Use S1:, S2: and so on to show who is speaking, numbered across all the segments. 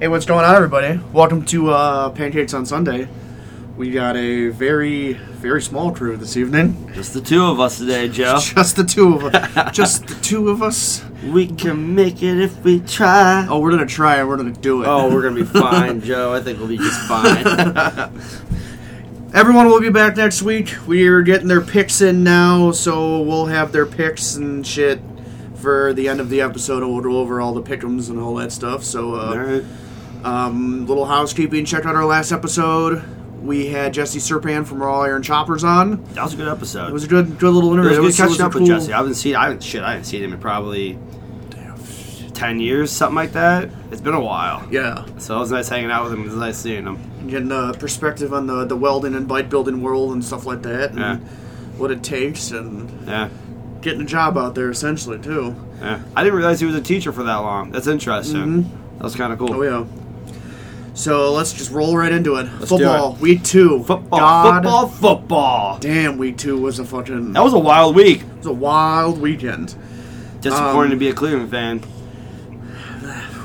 S1: Hey, what's going on, everybody? Welcome to uh, Pancakes on Sunday. We got a very, very small crew this evening.
S2: Just the two of us today, Joe.
S1: Just the two of us. Just the two of us.
S2: We can make it if we try.
S1: Oh, we're gonna try and we're gonna do it.
S2: Oh, we're gonna be fine, Joe. I think we'll be just fine. Uh,
S1: Everyone will be back next week. We're getting their picks in now, so we'll have their picks and shit for the end of the episode. and We'll go over all the pickums and all that stuff. So, uh,
S2: All right.
S1: Um, little housekeeping. Check out our last episode. We had Jesse Serpan from Raw Iron Choppers on.
S2: That was a good episode.
S1: It was a good, good little interview.
S2: It was good
S1: catching
S2: catching up
S1: cool-
S2: with Jesse. I haven't seen. I haven't shit. I haven't seen him in probably ten years, something like that. It's been a while.
S1: Yeah,
S2: So it was nice hanging out with him. It was nice seeing him.
S1: getting a perspective on the the welding and bike building world and stuff like that, and
S2: Yeah.
S1: what it takes, and
S2: Yeah.
S1: getting a job out there essentially too.
S2: Yeah. I didn't realize he was a teacher for that long. That's interesting. That was kind of cool.
S1: Oh yeah. So let's just roll right into it.
S2: do it.
S1: football week two.
S2: Football.
S1: God
S2: Football. Football.
S1: Damn, week two was a fucking.
S2: That was a wild week.
S1: it was a wild weekend.
S2: Disappointing
S1: Um,
S2: to be a Cleveland fan.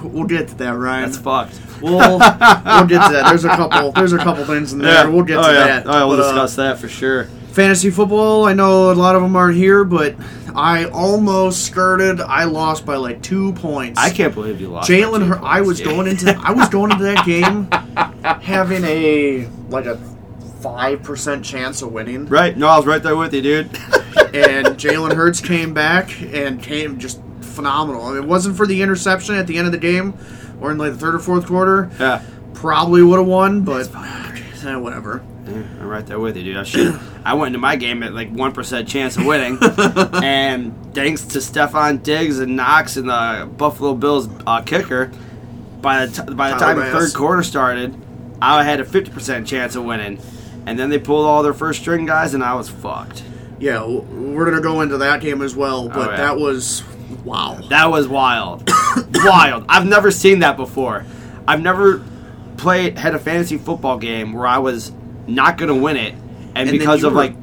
S1: We'll get to that, Ryan.
S2: That's fucked.
S1: We'll we'll get to that. There's a couple. There's a couple things in there. We'll get
S2: oh,
S1: to
S2: yeah.
S1: that.
S2: Oh, yeah, we'll
S1: But, uh,
S2: discuss that for sure.
S1: fantasy football. I know a lot of them aren't here, but I almost skirted. I lost by like two points.
S2: I can't believe you lost.
S1: Jalen, Hur- I was going into I was going into that game having a like a five percent chance of winning,
S2: Right? No, I was right there with you, dude.
S1: and Jalen Hurts came back and came just phenomenal. If it wasn't for the interception at the end of the game, or in like the third or fourth quarter,
S2: yeah.
S1: probably would have won, but eh, whatever.
S2: I'm right there with you, dude. I should. I went into my game at like one percent chance of winning, and thanks to Stefan Diggs and Knox and the Buffalo Bills uh, kicker, by the t- by the
S1: Tyler
S2: time the
S1: Bass.
S2: third quarter started, I had a fifty percent chance of winning, and then they pulled all their first string guys, and I was fucked.
S1: Yeah, w- we're gonna go into that game as well, but
S2: Oh, yeah.
S1: that was wow.
S2: That was wild. wild. I've never seen that before. I've never played had a fantasy football game where I was not going to win it and,
S1: then
S2: because
S1: you
S2: of
S1: were
S2: like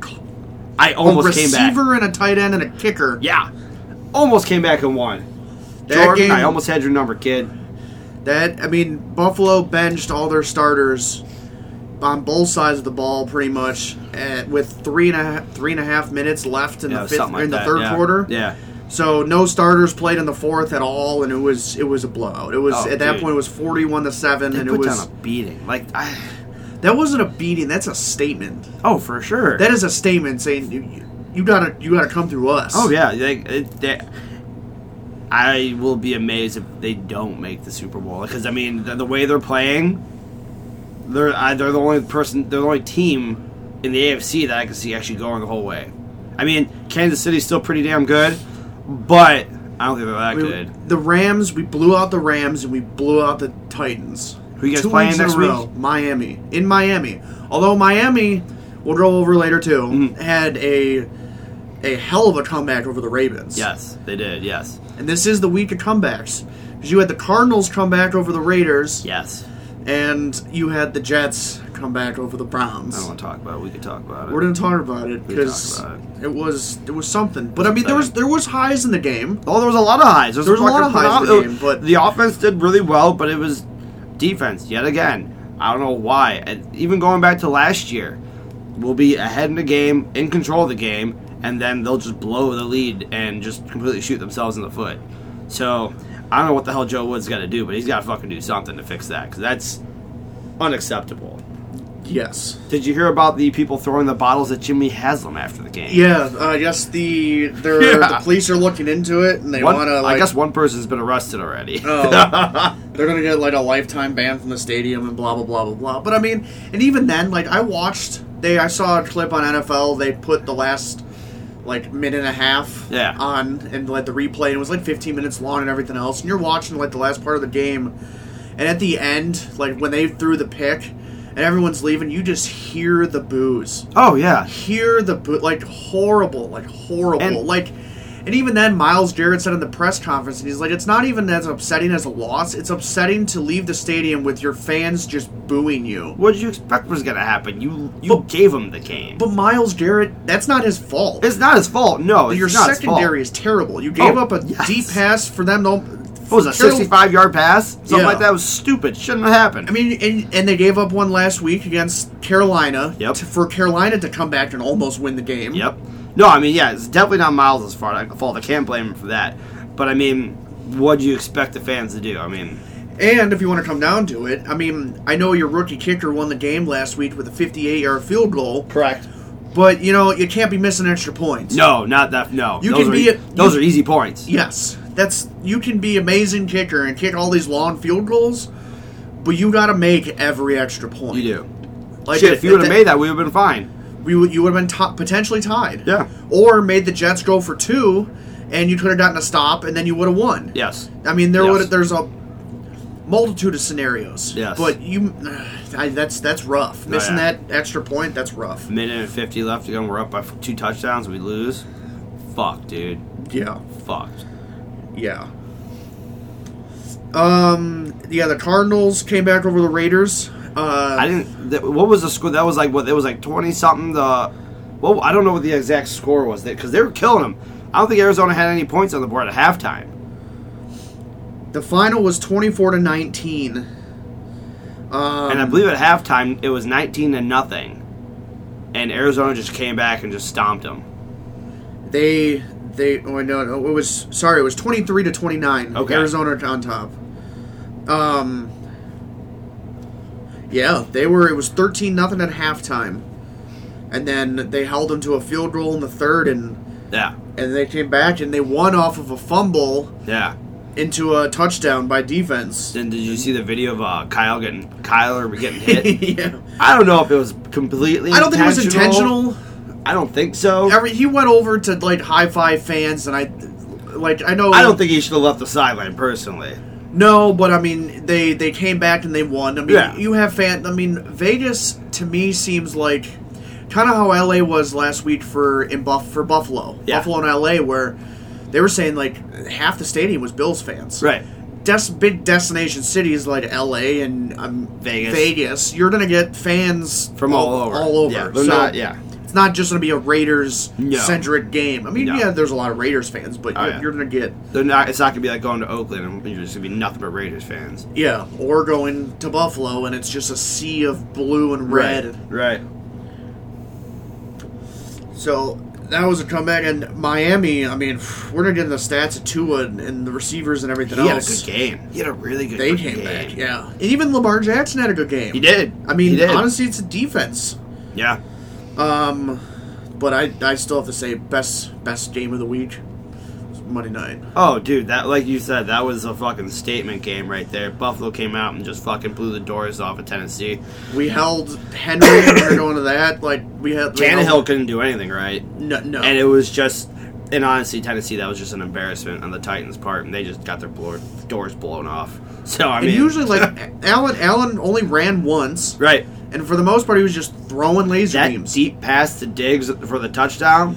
S2: I
S1: a
S2: almost came back.
S1: receiver and a tight end and a kicker.
S2: Yeah. Almost came back and won.
S1: That
S2: Jordan,
S1: game-
S2: I almost had your number, kid.
S1: That I mean, Buffalo benched all their starters on both sides of the ball pretty much at, with three and a half, three and a half minutes left in
S2: Yeah,
S1: the fifth,
S2: something like
S1: in the
S2: that.
S1: third
S2: yeah.
S1: quarter.
S2: Yeah.
S1: So no starters played in the fourth at all, and it was it was a blowout. It was
S2: Oh,
S1: at that
S2: dude.
S1: point it was forty one to seven,
S2: They
S1: and it
S2: put
S1: was
S2: down a beating. Like I
S1: that wasn't a beating. That's a statement.
S2: Oh, for sure.
S1: That is a statement saying you, you gotta you gotta come through us.
S2: oh yeah, they, it, they I will be amazed if they don't make the Super Bowl because I mean the, the way they're playing, they're I, they're the only person, they're the only team in the AFC that I can see actually going the whole way. I mean Kansas City's still pretty damn good, but I don't think they're that
S1: We-
S2: good.
S1: The Rams, we blew out the Rams and we blew out the Titans.
S2: Who you guys
S1: Two
S2: playing
S1: weeks in
S2: next
S1: a row,
S2: week?
S1: Miami. In Miami. Although Miami, we'll go over later too,
S2: Mm-hmm.
S1: had a a hell of a comeback over the Ravens.
S2: Yes, they did. Yes,
S1: And this is the week of comebacks. 'Cause You had the Cardinals come back over the Raiders,
S2: yes.
S1: and you had the Jets come back over the
S2: I
S1: Browns.
S2: don't want to talk about it. We could talk about it.
S1: We're gonna talk about it
S2: We can talk
S1: because
S2: about
S1: it. was it was something. But I mean, there was there was highs in the game.
S2: Oh, there was a lot of highs.
S1: There was a lot of
S2: fucking
S1: highs in
S2: phenom-
S1: the game, but-
S2: the offense did really well. But it was defense yet again. I don't know why. And even going back to last year, we'll be ahead in the game, in control of the game, and then they'll just blow the lead and just completely shoot themselves in the foot. So I don't know what the hell Joe Woods got to do, but he's got to fucking do something to fix that because that's unacceptable.
S1: Yes.
S2: Did you hear about the people throwing the bottles at Jimmy Haslam after the game?
S1: Yeah, uh, I guess the they're,
S2: Yeah.
S1: the police are looking into it, and they
S2: One-
S1: want to. Like,
S2: I guess one person's been arrested already.
S1: Oh. they're gonna get like a lifetime ban from the stadium and blah blah blah blah blah. But I mean, and even then, like I watched they I saw a clip on NFL. They put the last like minute and a half
S2: Yeah.
S1: on and like the replay. And it was like 15 minutes long and everything else. And you're watching like the last part of the game, and at the end, like when they threw the pick and everyone's leaving, you just hear the booze
S2: oh yeah.
S1: hear the bo- like horrible, like horrible,
S2: And-
S1: like. And even then, Miles Garrett said in the press conference, and he's like, "It's not even as upsetting as a loss. It's upsetting to leave the stadium with your fans just booing you."
S2: What did you expect was going to happen? You you gave him the game.
S1: But Miles Garrett, that's not his fault.
S2: it's not his fault. No, it's
S1: your
S2: not his fault.
S1: secondary is terrible. You gave
S2: Oh,
S1: up a
S2: yes.
S1: deep pass for them to
S2: What was that,
S1: Sure.
S2: 65 yard pass? Something
S1: Yeah.
S2: like that was stupid. Shouldn't have happened.
S1: I mean, and, and they gave up one last week against Carolina.
S2: Yep.
S1: t- for Carolina to come back and almost win the game.
S2: Yep. No, I mean, yeah, it's definitely not Miles' fault. fault. I can't blame him for that. But I mean, what do you expect the fans to do? I mean,
S1: And if you want to come down to it, I mean, I know your rookie kicker won the game last week with a 58-yard field goal,
S2: correct.
S1: but you know you can't be missing extra points.
S2: No, not that. No,
S1: You
S2: those
S1: can
S2: are,
S1: be
S2: e-
S1: a-
S2: those
S1: you-
S2: are easy points.
S1: Yes, that's you can be amazing kicker and kick all these long field goals, but you got to make every extra point.
S2: You do.
S1: Like
S2: Shit, if you would have
S1: that-
S2: made that, we would have been fine.
S1: we would you would have been t- potentially tied.
S2: Yeah.
S1: Or made the Jets go for two, and you could have gotten a stop, and then you would have won.
S2: Yes.
S1: I mean, there
S2: Yes.
S1: would there's a multitude of scenarios.
S2: Yes. Oh,
S1: But you, I, that's that's rough. Missing
S2: yeah.
S1: that extra point, that's rough.
S2: Minute and 50 left to go, and we're up by f- two touchdowns. We lose. Fuck, dude.
S1: Yeah.
S2: Fucked.
S1: Yeah. Um. Yeah. The Cardinals came back over the Raiders. Uh,
S2: I didn't. That, what was the score? That was like what? It was like twenty something. The well, I don't know what the exact score was because they were killing them. I don't think Arizona had any points on the board at halftime.
S1: The final was twenty four to nineteen. Um,
S2: and I believe at halftime it was nineteen to nothing, and Arizona just came back and just stomped them.
S1: they they oh no, no it was sorry it was twenty three to twenty nine.
S2: Okay.
S1: Arizona on top. Um. Yeah, they were. It was thirteen nothing at halftime, and then they held them to a field goal in the third, and
S2: Yeah,
S1: and they came back and they won off of a fumble
S2: yeah.
S1: into a touchdown by defense.
S2: Then did you see the video of uh, Kyle getting Kyler getting hit?
S1: yeah.
S2: I don't know if it was completely.
S1: I don't think it was intentional.
S2: I don't think so.
S1: Every he went over to like high five fans, and I like I know
S2: I don't think he should have left the sideline personally.
S1: No, but I mean, they they came back and they won. I mean,
S2: Yeah.
S1: you have fan. I mean, Vegas to me seems like kind of how LA was last week for in Buff for Buffalo,
S2: Yeah.
S1: Buffalo and LA, where they were saying like half the stadium was Bills fans.
S2: Right.
S1: Des- big destination cities like LA and um,
S2: Vegas.
S1: Vegas, you're gonna get fans
S2: From all, over.
S1: All over.
S2: Yeah, they're
S1: So
S2: not. Yeah.
S1: it's not just gonna be a Raiders
S2: No.
S1: centric game. I mean,
S2: No.
S1: yeah, there's a lot of Raiders fans, but
S2: Oh,
S1: you're,
S2: yeah.
S1: you're gonna get
S2: They're not. It's not gonna be like going to Oakland and you're just gonna be nothing but Raiders fans.
S1: Yeah, or going to Buffalo and it's just a sea of blue and red.
S2: Right.
S1: So that was a comeback. And Miami, I mean, we're not getting the stats of Tua and, and the receivers and everything
S2: He had a
S1: else.
S2: good game. He had a really good.
S1: They
S2: freaking
S1: came back,
S2: game.
S1: yeah. And even Lamar Jackson had a good game.
S2: He did.
S1: I mean,
S2: he did.
S1: honestly, it's a defense.
S2: Yeah.
S1: Um, but I, I still have to say best best game of the week, was Monday night.
S2: Oh, dude, that like you said, that was a fucking statement game right there. Buffalo came out and just fucking blew the doors off of Tennessee.
S1: We held Henry. we're going to that. Like we had we
S2: Tannehill
S1: held-
S2: couldn't do anything right,
S1: oh. No, no.
S2: and it was just, and honestly, Tennessee that was just an embarrassment on the Titans' part, and they just got their blow- doors blown off. So I
S1: and
S2: mean,
S1: usually, like Allen, Allen only ran once.
S2: right,
S1: And for the most part, he was just throwing laser
S2: that
S1: beams.
S2: deep pass to Diggs for the touchdown,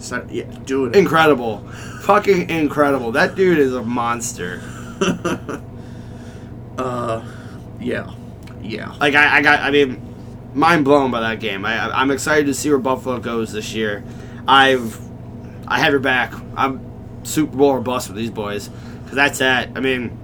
S1: So- yeah, dude.
S2: incredible, fucking incredible. That dude is a monster.
S1: uh, yeah, yeah.
S2: Like I, I got, I mean, mind blown by that game. I, I- I'm excited to see where Buffalo goes this year. I've, I have your back. I'm Super Bowl or bust with these boys. 'Cause that's that. I mean,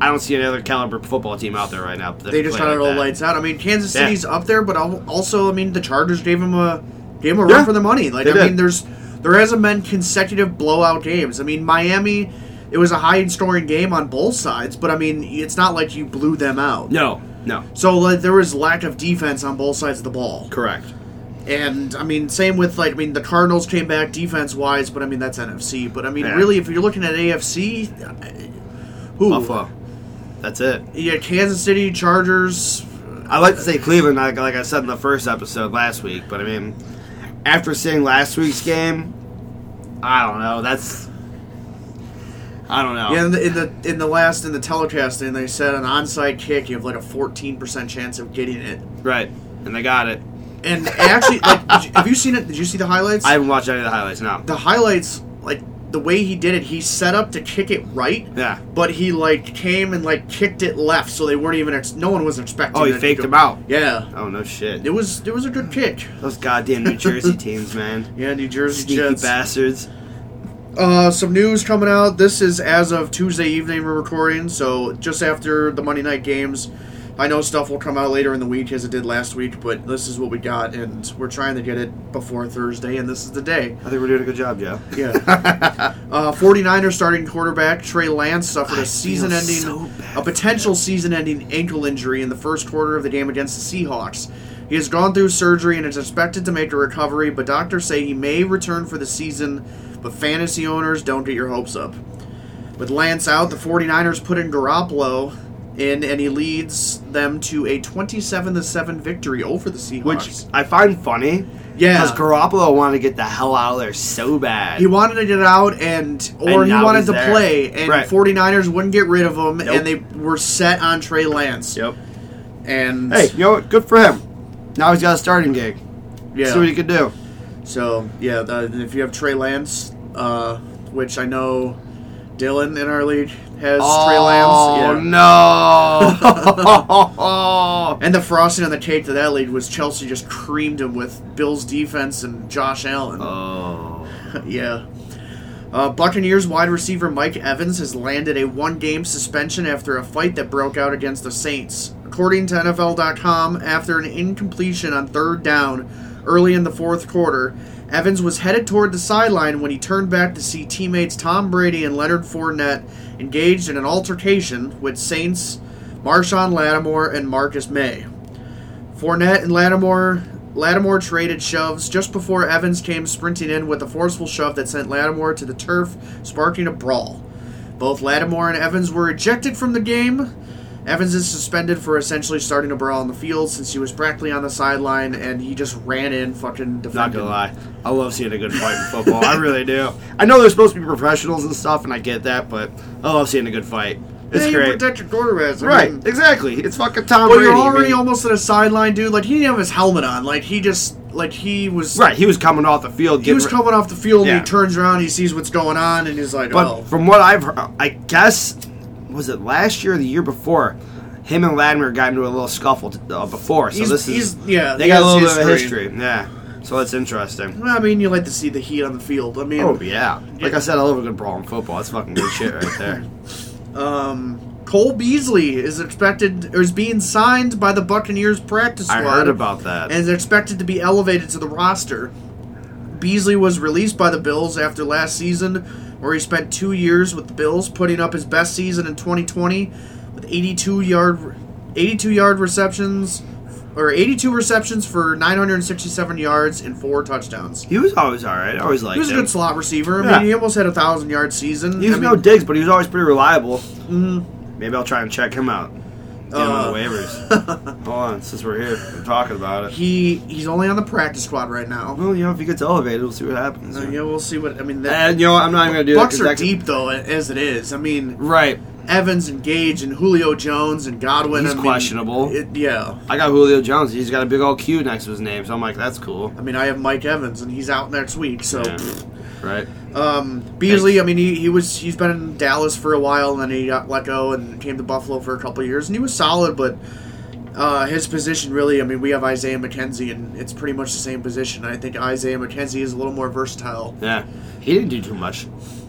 S2: I don't see another caliber football team out there right now. that
S1: They
S2: can
S1: just
S2: play
S1: got it all
S2: that.
S1: lights out. I mean, Kansas
S2: Yeah.
S1: City's up there, but al- also, I mean, the Chargers gave him a gave him a
S2: Yeah.
S1: run for their money. Like,
S2: They
S1: I
S2: did.
S1: mean, there's there hasn't been consecutive blowout games. I mean, Miami, it was a high scoring game on both sides, but I mean, it's not like you blew them out.
S2: No, no,
S1: So like, there was lack of defense on both sides of the ball,
S2: correct.
S1: and I mean, same with like I mean, the Cardinals came back defense wise, but I mean that's NFC. But I mean,
S2: Yeah.
S1: really, if you're looking at AFC, uh, who?
S2: Buffalo. That's it.
S1: Yeah, Kansas City Chargers.
S2: I like to say Cleveland, like, like I said in the first episode last week, but I mean, after seeing last week's game, I don't know. That's, I don't know.
S1: Yeah, in the, in the in the last in the telecasting, they said an onside kick, you have like a 14 percent chance of getting it.
S2: Right, and they got it.
S1: And actually, like, did you- have you seen it? Did you see the highlights?
S2: I haven't watched any of the highlights now.
S1: the highlights, like the way he did it, he set up to kick it right.
S2: Yeah.
S1: But he like came and like kicked it left, so they weren't even. Ex- no one was expecting.
S2: Oh, he
S1: it to
S2: faked
S1: go-
S2: him out.
S1: Yeah,
S2: Oh no shit.
S1: It was it was a good kick.
S2: Those goddamn New Jersey teams, man.
S1: Yeah, New Jersey
S2: Sneaky
S1: Jets.
S2: bastards.
S1: Uh, some news coming out. This is as of Tuesday evening we're recording, so just after the Monday night games. I know stuff will come out later in the week as it did last week, but this is what we got, and we're trying to get it before Thursday, and this is the day.
S2: I think we're doing a good job, Joe.
S1: Yeah. uh, 49er starting quarterback Trey Lance suffered a season ending,
S2: so bad
S1: a potential season ending ankle injury in the first quarter of the game against the Seahawks. He has gone through surgery and is expected to make a recovery, but doctors say he may return for the season, but fantasy owners don't get your hopes up. With Lance out, the 49ers put in Garoppolo in, and he leads them to a 27 7 victory over the Seahawks.
S2: Which I find funny.
S1: Yeah.
S2: Because Garoppolo wanted to get the hell out of there so bad.
S1: He wanted to get out and or
S2: And
S1: he
S2: now
S1: wanted
S2: he's
S1: to
S2: there.
S1: play and
S2: Right.
S1: 49ers wouldn't get rid of him
S2: Nope.
S1: and they were set on Trey Lance.
S2: yep.
S1: And
S2: Hey, you know what? Good for him. Now he's got a starting gig.
S1: yeah.
S2: See what he can do.
S1: so yeah, the, if you have Trey Lance, uh, which I know Dylan in our league has Trey Lance. Yeah.
S2: Oh, no.
S1: And the frosting on the cake to that league was Chelsea just creamed him with Bill's defense and Josh Allen.
S2: oh.
S1: yeah. Uh, Buccaneers wide receiver Mike Evans has landed a one game suspension after a fight that broke out against the Saints. According to NFL.com, after an incompletion on third down early in the fourth quarter, Evans was headed toward the sideline when he turned back to see teammates Tom Brady and Leonard Fournette engaged in an altercation with Saints Marshawn Lattimore and Marcus May. Fournette and Lattimore Lattimore traded shoves just before Evans came sprinting in with a forceful shove that sent Lattimore to the turf, sparking a brawl. Both Lattimore and Evans were ejected from the game. Evans is suspended for essentially starting a brawl on the field since he was practically on the sideline and he just ran in fucking
S2: Not
S1: defending.
S2: gonna lie, I love seeing a good fight in football. I really do. I know they're supposed to be professionals and stuff, and I get that, but I love seeing a good fight. It's
S1: Hey, you
S2: great.
S1: protect your quarterbacks. I
S2: Right,
S1: mean,
S2: exactly. It's fucking Tom
S1: Well,
S2: Brady.
S1: you're already
S2: man.
S1: almost at a sideline, dude. Like he didn't have his helmet on. Like he just like he was
S2: right. He was coming off the field.
S1: He was
S2: re-
S1: coming off the field
S2: Yeah.
S1: and he turns around, he sees what's going on, and he's like,
S2: But
S1: "Oh,
S2: from what I've heard, I guess was it last year or the year before, him and Latimer got into a little scuffle t- uh, before. So
S1: He's-
S2: this is
S1: he's- yeah,
S2: They
S1: he
S2: got
S1: has
S2: a little bit of
S1: history.
S2: history. Yeah. So that's interesting.
S1: Well, I mean, you like to see the heat on the field. I mean,
S2: Oh yeah. Like
S1: Yeah.
S2: I said, I love a good brawl in football. That's fucking good shit right there.
S1: um, Cole Beasley is expected or is being signed by the Buccaneers practice
S2: I
S1: squad.
S2: heard about that.
S1: and is expected to be elevated to the roster. Beasley was released by the Bills after last season, where he spent two years with the Bills, putting up his best season in 2020 with 82 yard, 82 yard receptions, or 82 receptions for 967 yards and four touchdowns.
S2: he was always all right. I always liked
S1: He was a
S2: him.
S1: good slot receiver. I
S2: Yeah.
S1: mean, he almost had a thousand yard season.
S2: He was
S1: I
S2: no
S1: mean,
S2: digs, but he was always pretty reliable. Maybe I'll try and check him out. Get him
S1: Uh,
S2: on the waivers. Hold on, since we're here, we're talking about it.
S1: he he's only on the practice squad right now.
S2: Well, you know, if he gets elevated, we'll see what happens.
S1: So, yeah, we'll see what I mean. That,
S2: And you know, what? Eh, I'm not even gonna do
S1: Bucks
S2: that. 'cause
S1: are
S2: that could-
S1: deep though, as it is. I mean,
S2: Right.
S1: Evans and Gage and Julio Jones and Godwin.
S2: He's
S1: I mean,
S2: questionable.
S1: it- yeah.
S2: I got Julio Jones. He's got a big old Q next to his name, so I'm like, that's cool.
S1: I mean, I have Mike Evans, and he's out next week. So,
S2: Yeah. Right.
S1: um, Beasley. I mean, he, he was he's been in Dallas for a while, and then he got let go and came to Buffalo for a couple of years, and he was solid, but uh, his position really. I mean, we have Isaiah McKenzie, and it's pretty much the same position. I think Isaiah McKenzie is a little more versatile.
S2: Yeah. He didn't do too much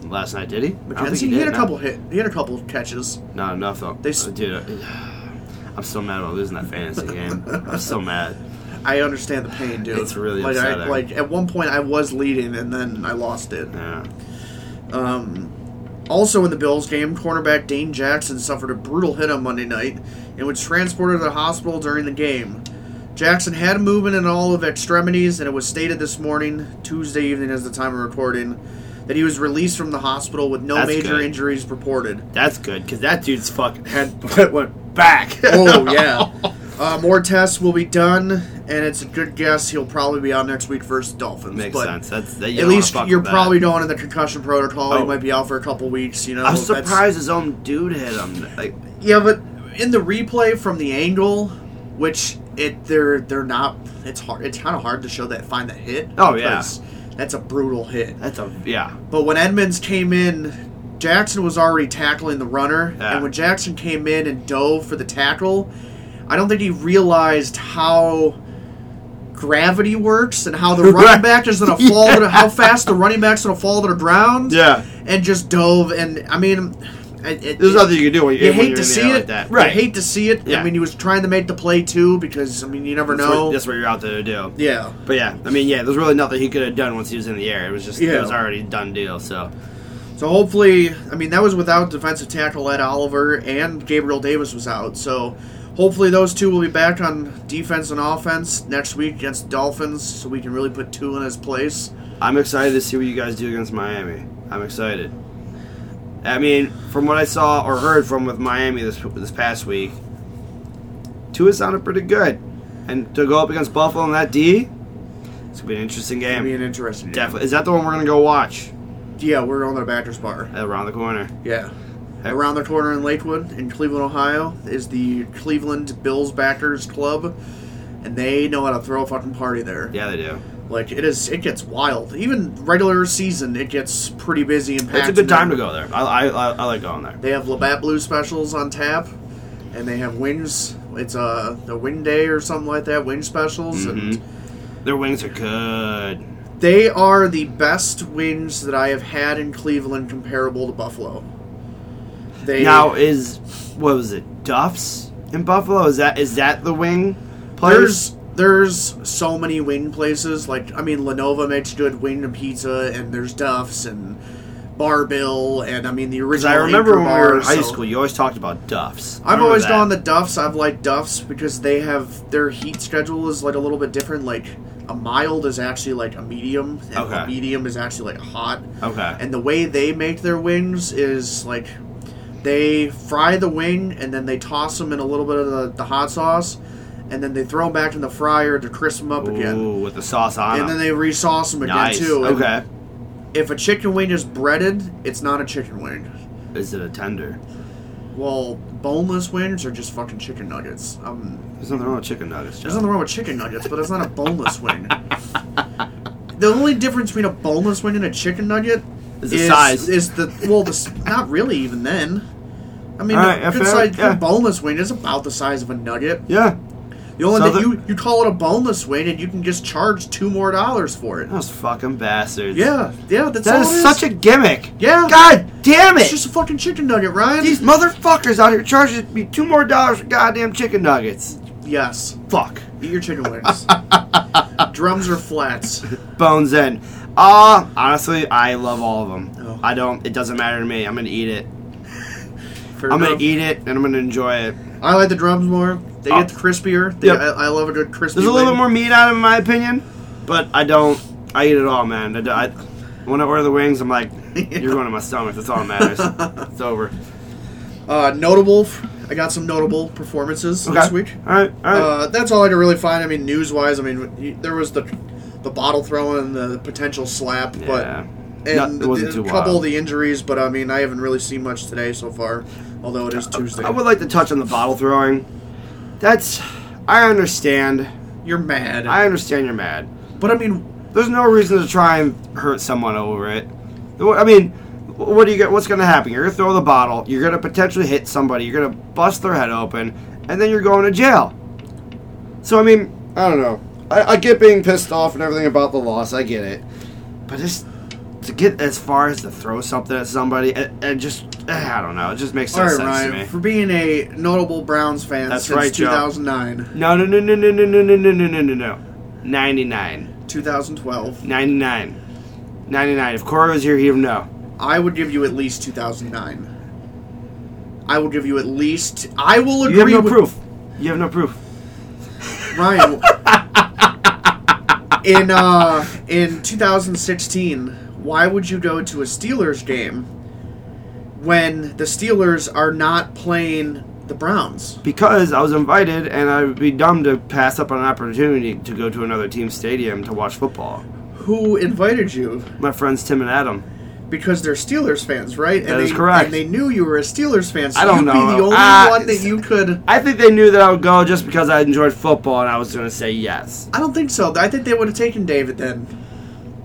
S2: last night, did he? I don't think
S1: McKenzie, he, had a
S2: no.
S1: couple hit, he had a couple of catches.
S2: Not enough though.
S1: They s-
S2: Uh, dude, I- I'm so mad about losing that fantasy game. I'm so mad.
S1: I understand the pain, dude.
S2: It's really
S1: like I,
S2: upsetting.
S1: like at one point I was leading, and then I lost it.
S2: Yeah.
S1: Um, also in the Bills game, cornerback Dane Jackson suffered a brutal hit on Monday night and was transported to the hospital during the game. Jackson had movement in all of extremities, and it was stated this morning, Tuesday evening, as the time of recording, that he was released from the hospital with no
S2: That's
S1: major
S2: good.
S1: injuries reported.
S2: That's good because that dude's fucking head went back.
S1: Oh yeah. Uh, more tests will be done, and it's a good guess he'll probably be out next week versus Dolphins.
S2: Makes
S1: but
S2: sense. That's that, you
S1: At
S2: don't wanna
S1: least
S2: fuck
S1: you're
S2: with that.
S1: probably going in the concussion protocol. You
S2: Oh.
S1: might be out for a couple weeks. You know,
S2: I'm
S1: that's-
S2: surprised his own dude hit him. Like,
S1: Yeah, but in the replay from the angle, which it they're they're not. It's hard. It's kind of hard to show that find that hit.
S2: Oh, yeah.
S1: because that's a brutal hit.
S2: that's a yeah.
S1: But when Edmonds came in, Jackson was already tackling the runner,
S2: Yeah.
S1: and when Jackson came in and dove for the tackle, I don't think he realized how gravity works and how the running back is gonna fall, to the, how fast the running back's gonna fall to the ground.
S2: Yeah.
S1: and just dove. And I mean, it, it,
S2: There's nothing you can do when,
S1: you
S2: when
S1: hate to
S2: you're in the
S1: see
S2: air
S1: it.
S2: like that.
S1: You hate to see it.
S2: Yeah.
S1: I mean, he was trying to make the play too because I mean, you never
S2: That's
S1: know.
S2: what, that's what you're out there to do.
S1: yeah.
S2: But yeah, I mean, yeah, there's really nothing he could have done once he was in the air. It was just
S1: Yeah.
S2: it was already a done deal. So
S1: So hopefully, I mean, that was without defensive tackle Ed Oliver and Gabriel Davis was out. So hopefully, those two will be back on defense and offense next week against the Dolphins, so we can really put two in his place.
S2: I'm excited to see what you guys do against Miami. I'm excited. I mean, from what I saw or heard from with Miami this this past week, Tua sounded pretty good, and to go up against Buffalo on that D, it's gonna be an interesting
S1: It'll be
S2: game.
S1: an interesting. game.
S2: Definitely, is that the one we're gonna go watch
S1: Yeah, we're on the Badgers bar.
S2: around the corner?
S1: Yeah. Around the corner in Lakewood, in Cleveland, Ohio, is the Cleveland Bills Backers Club, and they know how to throw a fucking party there.
S2: Yeah, they do.
S1: Like it is, it gets wild. Even regular season, it gets pretty busy and packed.
S2: It's a good
S1: and
S2: time to
S1: then
S2: go there. I, I, I, I like going there.
S1: They have Labatt Blue specials on tap, and they have wings. It's uh the wing day or something like that. Wing specials,
S2: Mhm. Their wings are good.
S1: and they are the best wings that I have had in Cleveland, comparable to Buffalo. They
S2: Now is what was it? Duff's in Buffalo. Is that is that the wing players?
S1: There's there's so many wing places. Like I mean, Lenova makes good wing pizza, and there's Duff's and Bar Bill, and I mean the
S2: Because
S1: original.
S2: I remember
S1: Anchor
S2: when we were
S1: Bar,
S2: in high
S1: so-
S2: school, you always talked about Duff's. I
S1: I've
S2: remember
S1: always
S2: that.
S1: gone the Duff's. I've liked Duff's because they have their heat schedule is like a little bit different. Like a mild is actually like a medium, and
S2: Okay.
S1: a medium is actually like hot.
S2: Okay.
S1: And the way they make their wings is like they fry the wing and then they toss them in a little bit of the, the hot sauce and then they throw them back in the fryer to crisp them up again.
S2: Ooh, with the sauce on.
S1: And then
S2: them.
S1: they resauce them again
S2: nice.
S1: too. And
S2: Okay.
S1: If a chicken wing is breaded, it's not a chicken wing.
S2: Is it a tender?
S1: Well, boneless wings are just fucking chicken nuggets. Um,
S2: There's nothing wrong with chicken nuggets.
S1: There's
S2: Joe.
S1: nothing wrong with chicken nuggets, but it's not a boneless wing. The only difference between a boneless wing and a chicken nugget
S2: Is the size.
S1: Is the well, the, s- not really even then. I mean,
S2: All right,
S1: a
S2: yeah,
S1: good
S2: fair,
S1: size,
S2: yeah.
S1: good boneless wing is about the size of a nugget.
S2: Yeah.
S1: The only
S2: So
S1: thing
S2: the-
S1: you you call it a boneless wing, and you can just charge two more dollars for it.
S2: Those fucking bastards.
S1: Yeah, yeah, that's
S2: That
S1: all
S2: is
S1: it
S2: such a gimmick.
S1: Yeah.
S2: God damn
S1: It's
S2: it.
S1: just a fucking chicken nugget, Ryan.
S2: These motherfuckers out here charging me two more dollars for goddamn chicken nuggets.
S1: yes,
S2: Fuck.
S1: eat your chicken wings. Drums or flats.
S2: Bones in. Uh, honestly, I love all of them.
S1: Oh.
S2: I don't. It doesn't matter to me. I'm gonna eat it.
S1: Fair
S2: I'm
S1: enough.
S2: gonna eat it and I'm gonna enjoy it.
S1: I like the drums more. They
S2: Oh.
S1: get crispier. They,
S2: Yep.
S1: I, I love a good crispy.
S2: There's a
S1: wing.
S2: little bit more meat on it, in my opinion, but I don't. I eat it all, man. I, do- I- when I order the wings, I'm like, you're going to my stomach. That's all that matters. it's over.
S1: Uh, notable. I got some notable performances this
S2: Okay.
S1: week.
S2: All right. All right.
S1: Uh, that's all I can really find. I mean, news wise, I mean, y- there was the the bottle throwing, the potential slap,
S2: yeah.
S1: but and
S2: No, it wasn't
S1: the- a
S2: too
S1: couple of
S2: wild.
S1: the injuries. But I mean, I haven't really seen much today so far. Although it is Tuesday.
S2: I would like to touch on the bottle throwing. That's. I understand.
S1: You're mad,
S2: I understand you're mad.
S1: but I mean,
S2: There's no reason to try and hurt someone over it. I mean, what do you get? What's going to happen? You're going to throw the bottle. You're going to potentially hit somebody. You're going to bust their head open, and then you're going to jail. So I mean, I don't know. I, I get being pissed off and everything about the loss. I get it, but just to get as far as to throw something at somebody and, and just eh, I don't know. It just makes no
S1: all right,
S2: sense to
S1: Ryan,
S2: me.
S1: for being a notable Browns fan
S2: That's
S1: since
S2: right, Joe.
S1: 2009,
S2: No, no, no, no, no, no, no, no, no, no, no, no. 99.
S1: 2012,
S2: 99. 99. If Corey was here, he'd know.
S1: I would give you at least 2009. I will give you at least. I will agree.
S2: You have no
S1: with,
S2: proof. You have no proof.
S1: Ryan. in uh, in 2016, why would you go to a Steelers game when the Steelers are not playing the Browns?
S2: Because I was invited, and I would be dumb to pass up on an opportunity to go to another team's stadium to watch football.
S1: Who invited you?
S2: My friends Tim and Adam.
S1: Because they're Steelers fans, right? And
S2: That is
S1: they,
S2: correct.
S1: And they knew you were a Steelers fan, so
S2: I don't
S1: you'd be
S2: know.
S1: the only
S2: Ah,
S1: one that you could.
S2: I think they knew that I would go just because I enjoyed football, and I was going to say yes.
S1: I don't think so. I think they would have taken David then.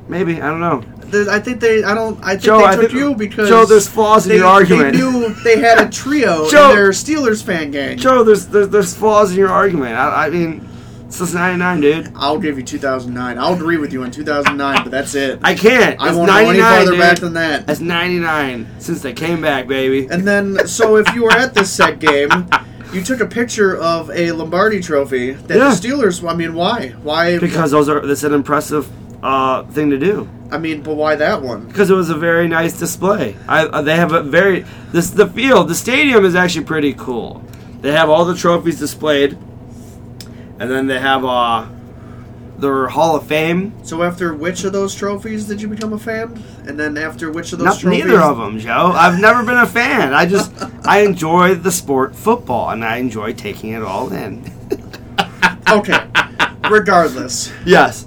S2: Maybe I don't know.
S1: There's- I think they. I don't. I think
S2: Joe,
S1: they
S2: I
S1: took
S2: think-
S1: you because
S2: Joe, there's flaws in
S1: they,
S2: your argument.
S1: They knew they had a trio
S2: Joe-
S1: in their Steelers fan gang.
S2: Joe, there's there's, there's flaws in your argument. I, I mean, It's '99, dude.
S1: I'll give you 2009. I'll agree with you on 2009, but that's it.
S2: I can't.
S1: I
S2: It's
S1: won't go any
S2: 99,
S1: farther
S2: dude.
S1: back than that.
S2: That's 99 since they came back, baby.
S1: And then, so if you were at this set game, you took a picture of a Lombardi trophy that
S2: Yeah.
S1: the Steelers. I mean, why? Why?
S2: Because those are that's an impressive uh, thing to do.
S1: I mean, but why that one?
S2: Because it was a very nice display. I, uh, they have a very this the field, the stadium is actually pretty cool. They have all the trophies displayed, and then they have uh, their Hall of Fame.
S1: So after which of those trophies did you become a fan? And then after which of those
S2: Not
S1: trophies?
S2: neither of them, Joe. I've never been a fan. I just I enjoy the sport football, and I enjoy taking it all in.
S1: Okay. Regardless,
S2: Yes.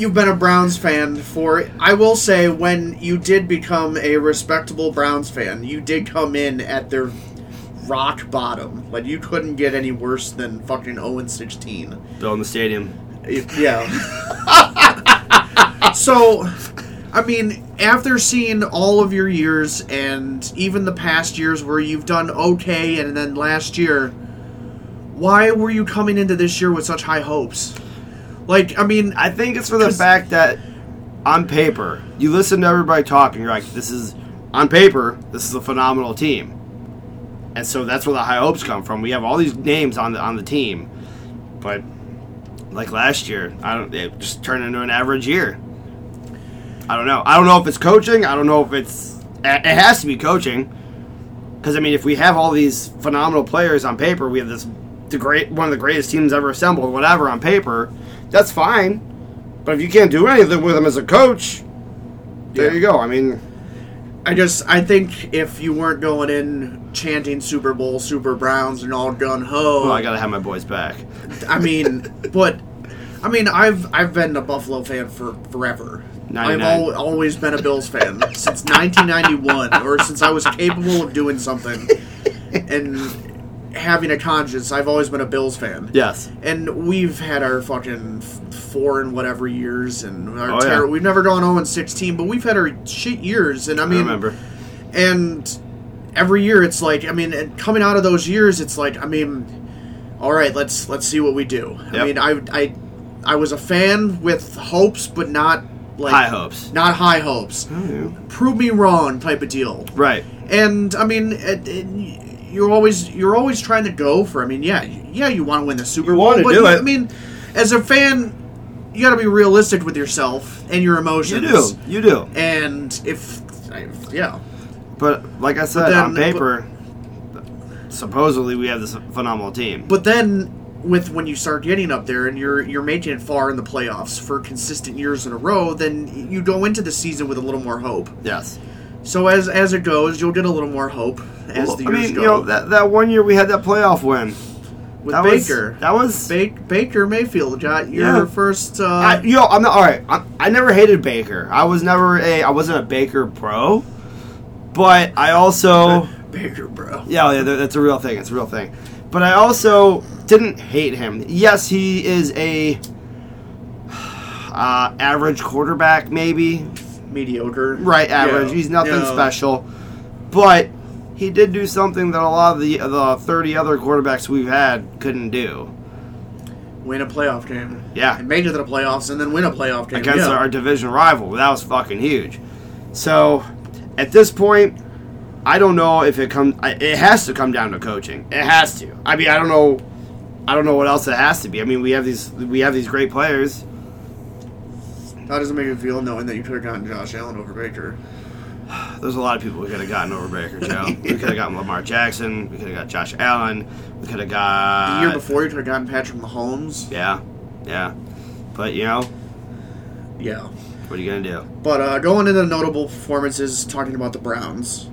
S1: you've been a Browns fan for. I will say, when you did become a respectable Browns fan, you did come in at their rock bottom. Like you couldn't get any worse than fucking 0 and 16.
S2: Building the stadium.
S1: Yeah. so, I mean, after seeing all of your years and even the past years where you've done okay and then last year, why were you coming into this year with such high hopes? Like, I mean,
S2: I think it's for the
S1: 'Cause-
S2: fact that on paper, you listen to everybody talking, you're like, this is, on paper, this is a phenomenal team. And so that's where the high hopes come from. We have all these names on the, on the team. But like last year, I don't, it just turned into an average year. I don't know. I don't know if it's coaching. I don't know if it's, it it has to be coaching. Because, I mean, if we have all these phenomenal players on paper, we have this, the great, one of the greatest teams ever assembled, whatever, on paper, that's fine. But if you can't do anything with him as a coach, there
S1: Yeah.
S2: you go. I mean,
S1: I just I think if you weren't going in chanting Super Bowl, Super Browns, and all gun ho,
S2: well, oh, I gotta have my boys back.
S1: I mean, but I mean, I've I've been a Buffalo fan for forever.
S2: 99.
S1: I've al- always been a Bills fan since 1991, or since I was capable of doing something and having a conscience. I've always been a Bills fan.
S2: Yes.
S1: And we've had our fucking f- four and whatever years, and our
S2: Oh, yeah.
S1: terror. We've never gone 0 and 16, but we've had our shit years. And I
S2: I
S1: mean,
S2: remember.
S1: and every year it's like i mean and coming out of those years it's like i mean all right let's let's see what we do i
S2: Yep.
S1: mean I, I i was a fan with hopes but not like
S2: High hopes.
S1: not high hopes prove me wrong type of deal
S2: Right.
S1: and i mean it, it, you're always you're always trying to go for i mean yeah yeah you want to win the super
S2: You
S1: bowl
S2: wanna
S1: but
S2: do
S1: you-
S2: it.
S1: i mean as a fan you got to be realistic with yourself and your
S2: You
S1: emotions
S2: do. You do.
S1: and if if- yeah
S2: But like I said,
S1: then-
S2: on paper, supposedly we have this phenomenal team.
S1: But then with when you start getting up there and you're you're making it far in the playoffs for consistent years in a row, then you go into the season with a little more hope.
S2: yes.
S1: So as as it goes, you'll get a little more hope as
S2: Well,
S1: the
S2: I
S1: years
S2: mean,
S1: go.
S2: you know, that, that one year we had that playoff win.
S1: with
S2: that
S1: Baker,
S2: Was, that was.
S1: Ba- Baker Mayfield got your
S2: Yeah.
S1: first. Uh,
S2: I, yo, I'm not all right. I, I never hated Baker. I was never a. I wasn't a Baker pro, but I also.
S1: Baker, bro.
S2: Yeah, yeah, that- that's a real thing. It's a real thing. But I also didn't hate him. Yes, he is a uh, average quarterback, maybe
S1: Mediocre.
S2: right average.
S1: Yeah.
S2: He's nothing
S1: Yeah.
S2: special, but he did do something that a lot of the the thirty other quarterbacks we've had couldn't do
S1: Win a playoff game.
S2: Yeah.
S1: And make it to the playoffs and then win a playoff game.
S2: against
S1: yeah.
S2: our division rival. That was fucking huge. So at this point. I don't know if it comes. It has to come down to coaching. It has to. I mean, I don't know I don't know what else it has to be. I mean, we have these we have these great players.
S1: How does it make you feel knowing that you could have gotten Josh Allen over Baker?
S2: There's a lot of people we could have gotten over Baker Joe. We could have gotten Lamar Jackson. We could have got Josh Allen. We could have
S1: The
S2: got
S1: year before, you could have gotten Patrick Mahomes.
S2: Yeah, yeah. But you know
S1: Yeah.
S2: what are you gonna do?
S1: But uh, going into the notable performances, talking about the Browns,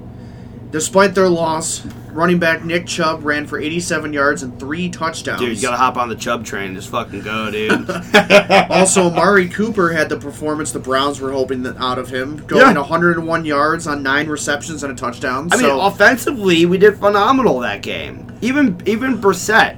S1: despite their loss, running back Nick Chubb ran for 87 yards and three touchdowns.
S2: Dude, you gotta hop on the Chubb train. and Just fucking go, dude.
S1: also, Mari Cooper had the performance the Browns were hoping that out of him, going
S2: Yeah.
S1: 101 yards on nine receptions and a touchdown.
S2: I mean,
S1: so,
S2: offensively, we did phenomenal that game. Even even Brissett,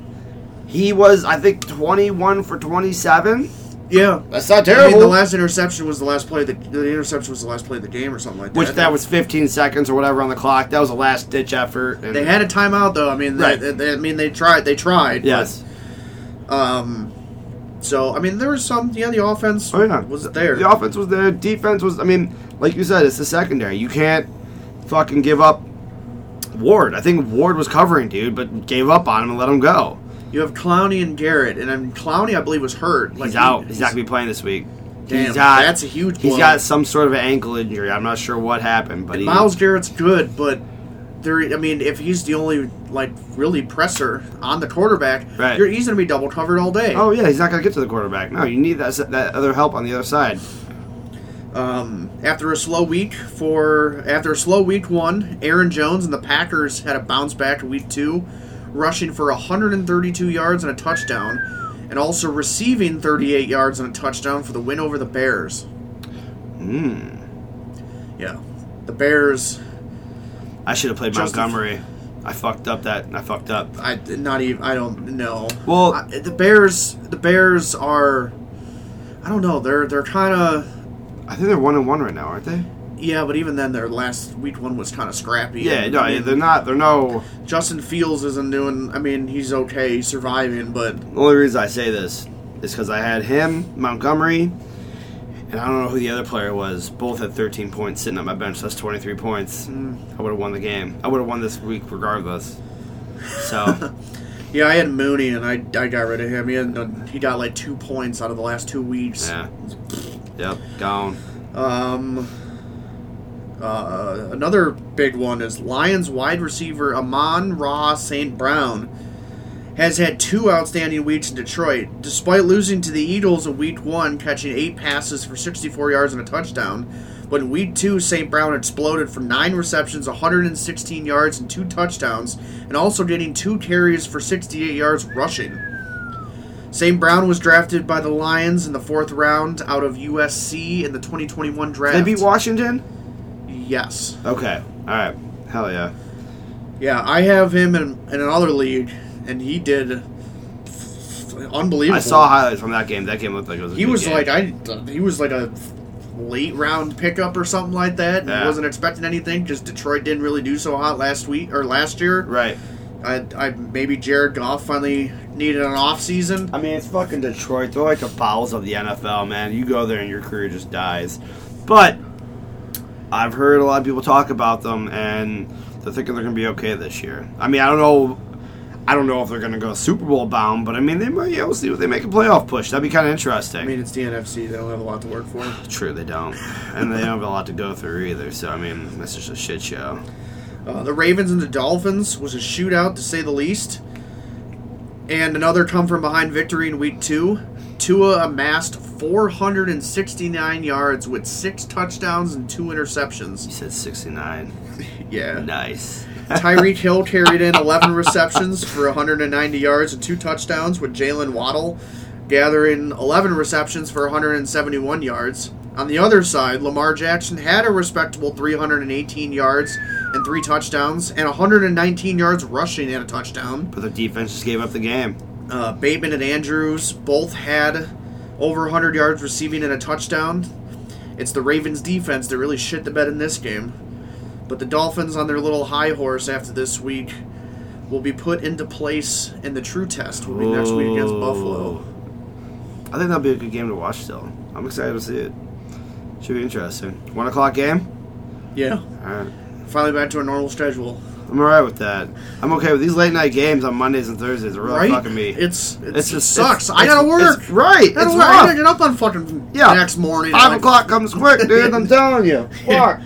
S2: he was I think 21 for 27.
S1: yeah.
S2: That's not
S1: I mean,
S2: terrible.
S1: the last interception was the last play. Of the, the interception was the last play of the game, or something like that.
S2: which that was 15 seconds or whatever on the clock. That was a last ditch effort. And
S1: They had a timeout, though. I mean, they,
S2: Right.
S1: they- they- I mean, they tried. They tried. but,
S2: yes.
S1: um, So I mean, there was some. Yeah, the offense
S2: Oh yeah,
S1: was
S2: The-
S1: there.
S2: The offense was there. Defense was. I mean, like you said, it's the secondary. You can't fucking give up. Ward, I think Ward was covering dude, but gave up on him and let him go.
S1: You have Clowney and Garrett, and I'm Clowney. I believe was hurt.
S2: He's
S1: he-
S2: out. He's not gonna be playing this week.
S1: Damn,
S2: he's got,
S1: that's a huge
S2: He's
S1: blow.
S2: got some sort of an ankle injury. I'm not sure what happened, but he,
S1: Miles Garrett's good, but there. I mean, if he's the only like really presser on the quarterback,
S2: Right.
S1: you're he's gonna be double covered all day.
S2: Oh yeah, he's not gonna get to the quarterback. No, you need that that other help on the other side.
S1: Um, after a slow week for after a slow week one, Aaron Jones and the Packers had a bounce back week two, rushing for 132 yards and a touchdown, and also receiving 38 yards and a touchdown for the win over the Bears.
S2: Mm.
S1: Yeah, the Bears.
S2: I should have played
S1: Justin-
S2: Montgomery. I fucked up that. I fucked up.
S1: I not even. I don't know.
S2: Well-
S1: I, the Bears. The Bears are. I don't know. They're they're kind of.
S2: I think they're one and one right now, aren't they?
S1: Yeah, but even then, their last week one was kind of scrappy.
S2: Yeah.
S1: And,
S2: No,
S1: I mean,
S2: they're not. They're no.
S1: Justin Fields isn't doing. I mean, he's okay, he's surviving, but
S2: The only reason I say this is because I had him, Montgomery, and I don't know who the other player was. Both had 13 points sitting on my bench. That's 23 points. I would have won the game. I would have won this week regardless. So
S1: yeah, I had Mooney and I, I got rid of him. He had done, he got like two points out of the last two weeks.
S2: yeah. Yep. Gone.
S1: Um, uh, another big one is Lions wide receiver Amon Ra St. Brown has had two outstanding weeks in Detroit. Despite losing to the Eagles in week one, catching eight passes for 64 yards and a touchdown, but in week two, St. Brown exploded for nine receptions, 116 yards, and two touchdowns, and also getting two carries for 68 yards rushing. St. Brown was drafted by the Lions in the fourth round out of USC in the 2021 draft.
S2: They beat Washington.
S1: Yes.
S2: Okay. All right. Hell yeah.
S1: Yeah, I have him in, in another league, and he did f- f- unbelievable.
S2: I saw highlights from that game. That game looked like it was. A
S1: he
S2: good
S1: was
S2: game.
S1: like I he was like a late round pickup or something like that. And
S2: Yeah.
S1: wasn't expecting anything because Detroit didn't really do so hot last week or last year.
S2: right.
S1: I, I maybe Jared Goff finally needed an off season.
S2: I mean, it's fucking Detroit. They're like the bowels of the NFL, man. You go there and your career just dies. But I've heard a lot of people talk about them, and they're thinking they're going to be okay this year. I mean, I don't know. I don't know if they're going to go Super Bowl bound, but I mean, they might. Yeah, we'll see if they make a playoff push. That'd be kind of interesting.
S1: I mean, it's the NFC; they don't have a lot to work for.
S2: True, they don't, and they don't have a lot to go through either. So I mean, that's just a shit show.
S1: Uh, the Ravens and the Dolphins was a shootout, to say the least. And another come from behind victory in week two. Tua amassed 469 yards with six touchdowns and two
S2: You
S1: interceptions.
S2: said sixty-nine.
S1: Yeah.
S2: Nice.
S1: Tyreek Hill carried in 11 receptions for 190 yards and two touchdowns, with Jalen Waddle gathering 11 receptions for 171 yards. On the other side, Lamar Jackson had a respectable 318 yards and three touchdowns, and 119 yards rushing and a touchdown.
S2: But the defense just gave up the game.
S1: Uh, Bateman and Andrews both had over 100 yards receiving and a touchdown. It's the Ravens' defense that really shit the bed in this game. But the Dolphins, on their little high horse after this week, will be put into place, and the true test will be next week against Buffalo.
S2: I think that'll be a good game to watch still. I'm excited to see it. Should be interesting. One o'clock game?
S1: Yeah.
S2: Alright.
S1: Finally back to our normal schedule.
S2: I'm alright with that. I'm okay with these late night games on Mondays and Thursdays are really
S1: right?
S2: fucking me.
S1: It's, it's,
S2: It's
S1: it
S2: just-
S1: sucks.
S2: it's-
S1: I gotta
S2: it's-
S1: work.
S2: it's- right,
S1: I gotta
S2: it's
S1: work. I
S2: rough.
S1: gotta get up on fucking
S2: Yeah.
S1: next morning.
S2: Five
S1: Like,
S2: o'clock comes quick, dude. I'm telling you. Fuck.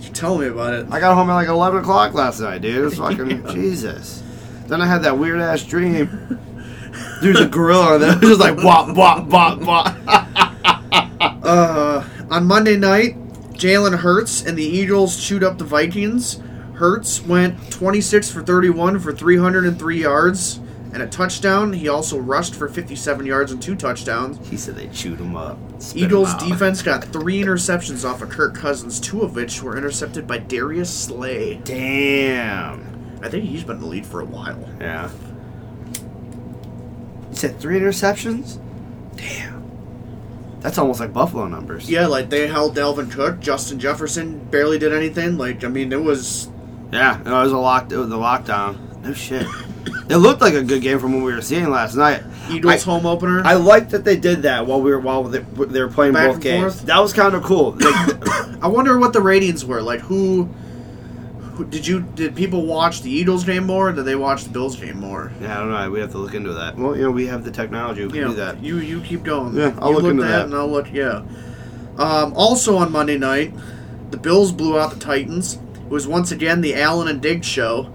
S1: You tell me about it.
S2: I got home at like eleven o'clock last night, dude. It's fucking Jesus. Then I had that weird ass dream. Dude, the gorilla that was just like wop wop wop wop.
S1: Uh, on Monday night, Jalen Hurts and the Eagles chewed up the Vikings. Hurts went 26 for 31 for 303 yards and a touchdown. He also rushed for 57 yards and two touchdowns.
S2: He said they chewed him up. spit him
S1: Eagles
S2: out.
S1: defense got three interceptions off of Kirk Cousins, two of which were intercepted by Darius Slay.
S2: Damn.
S1: I think he's been in the lead for a while.
S2: Yeah. You said three interceptions? Damn. That's almost like Buffalo numbers.
S1: Yeah, like they held Delvin Cook, Justin Jefferson barely did anything. Like, I mean, it was
S2: Yeah. No, it was a lock. It was a lockdown. No shit. It looked like a good game from what we were seeing last night.
S1: Eagles
S2: I,
S1: home opener.
S2: I liked that they did that while we were while they, they were playing
S1: Back
S2: both
S1: and
S2: games.
S1: forth.
S2: That was kind of cool. Like,
S1: I wonder what the ratings were. Like who, who did you did people watch the Eagles game more? Or did they watch the Bills game more?
S2: yeah, I don't know. We have to look into that. Well, you know, we have the technology. We can
S1: You know,
S2: do that.
S1: you you keep going.
S2: Yeah, I'll
S1: You
S2: look into that.
S1: and I'll look. Yeah. Um, also on Monday night, the Bills blew out the Titans. It was once again the Allen and Diggs show.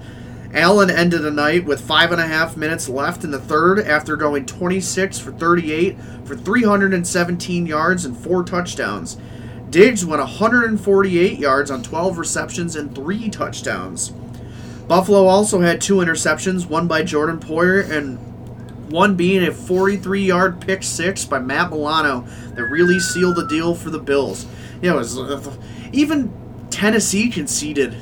S1: Allen ended the night with five and a half minutes left in the third after going 26 for 38 for 317 yards and four touchdowns. Diggs went 148 yards on 12 receptions and three touchdowns. Buffalo also had two interceptions, one by Jordan Poyer and one being a 43 yard pick six by Matt Milano that really sealed the deal for the Bills. Yeah, it was uh, even Tennessee conceded.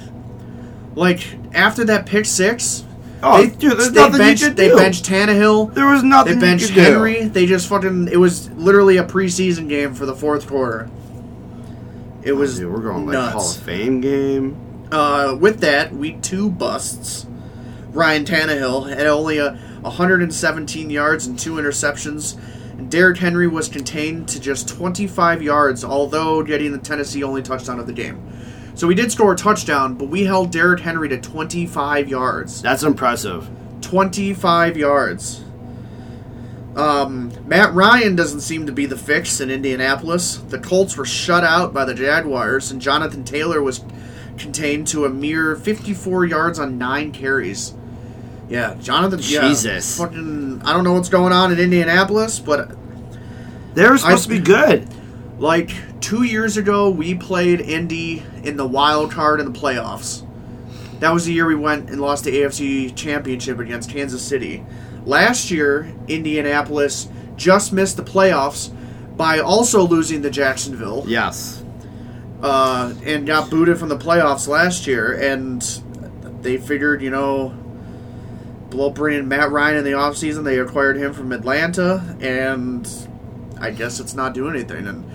S1: Like after that pick six,
S2: Oh,
S1: they,
S2: dude, there's
S1: they
S2: nothing you
S1: benched,
S2: could
S1: they
S2: do.
S1: benched Tannehill.
S2: There was
S1: They
S2: nothing. you
S1: benched
S2: could do.
S1: Henry. They just fucking. It was literally a preseason game for the fourth quarter. It
S2: Oh,
S1: was.
S2: dude, we're going like
S1: nuts.
S2: Hall of Fame game.
S1: Uh, with that, week two busts. Ryan Tannehill had only a 117 yards and two interceptions. And Derrick Henry was contained to just 25 yards, although getting the Tennessee only touchdown of the game. So we did score a touchdown, but we held Derrick Henry to 25 yards.
S2: That's impressive.
S1: 25 yards. Um, Matt Ryan doesn't seem to be the fix in Indianapolis. The Colts were shut out by the Jaguars, and Jonathan Taylor was contained to a mere 54 yards on nine carries. Yeah, Jonathan. yeah,
S2: Jesus.
S1: fucking, I don't know what's going on in Indianapolis, but
S2: They were supposed to be good.
S1: like two years ago, we played Indy in the wild card in the playoffs. That was the year we went and lost the AFC Championship against Kansas City. Last year, Indianapolis just missed the playoffs by also losing to Jacksonville
S2: Yes.
S1: uh, and got booted from the playoffs last year. And they figured, you know, blow bringing Matt Ryan in the offseason. They acquired him from Atlanta, and I guess it's not doing anything. And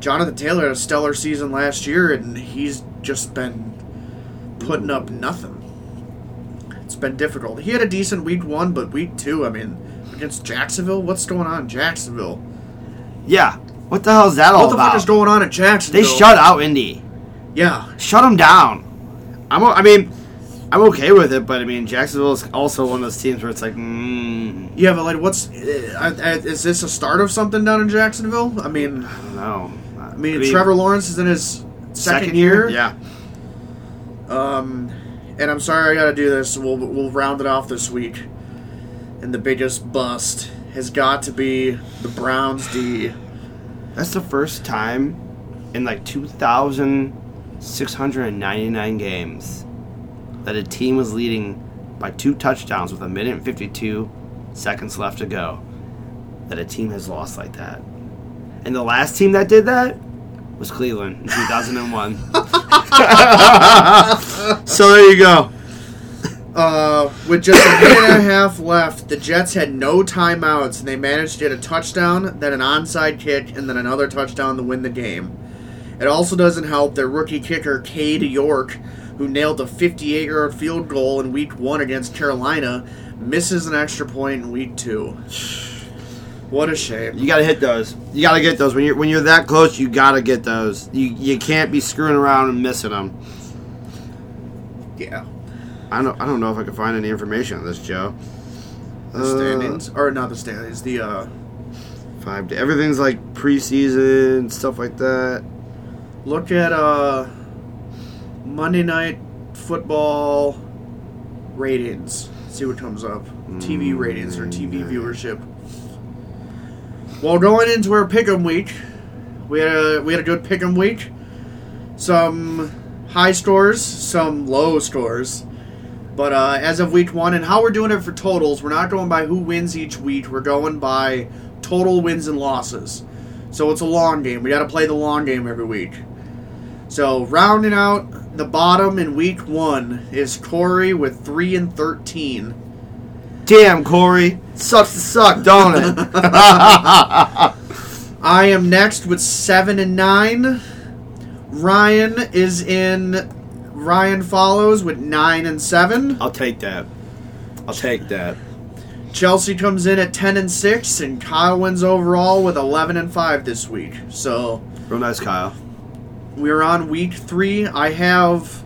S1: Jonathan Taylor had a stellar season last year, and he's just been putting up nothing. It's been difficult. He had a decent week one, but week two, I mean, against Jacksonville, what's going on in Jacksonville?
S2: Yeah. What the hell is that all
S1: What the
S2: about?
S1: fuck is going on in Jacksonville?
S2: Oh, they shut out Indy.
S1: Yeah,
S2: Shut them down. I'm. o- I mean, I'm okay with it, but I mean, Jacksonville is also one of those teams where it's like, mm,
S1: Yeah, but like, what's uh, I- I- is this a start of something down in Jacksonville? I mean,
S2: I don't know. I
S1: I mean, Trevor Lawrence is in his second, year.
S2: Yeah.
S1: Um, and I'm sorry I got to do this. We'll we'll round it off this week. And the biggest bust has got to be the Browns D.
S2: That's the first time in like 2,699 games that a team was leading by two touchdowns with a minute and 52 seconds left to go that a team has lost like that. And the last team that did that was Cleveland in 2001. so there you go.
S1: Uh, with just a minute and a half left, the Jets had no timeouts, and they managed to get a touchdown, then an onside kick, and then another touchdown to win the game. It also doesn't help their rookie kicker, Cade York, who nailed a 58-yard field goal in Week One against Carolina, misses an extra point in Week Two. What a shame.
S2: You gotta hit those. You gotta get those when you're when you're that close. You gotta get those. You you can't be screwing around and missing them.
S1: Yeah.
S2: I don't, I don't know if I can find any information on this, Joe.
S1: The standings, or not the standings, the uh,
S2: Uh, five day. Everything's like preseason stuff like that.
S1: Look at uh Monday night football ratings. See what comes up. TV ratings or TV viewership. Well, going into our pick'em week, we had a, we had a good pick'em week. Some high scores, some low scores. But uh, as of week one, and how we're doing it for totals, we're not going by who wins each week. We're going by total wins and losses. So it's a long game. We got to play the long game every week. So rounding out the bottom in week one is Corey with three and thirteen.
S2: Damn, Corey, sucks to suck, don't it?
S1: I am next with seven and nine. Ryan is in. Ryan follows with nine and seven.
S2: I'll take that. I'll take that.
S1: Chelsea comes in at ten and six, and Kyle wins overall with eleven and five this week. So
S2: Real nice, Kyle.
S1: we're on week three. I have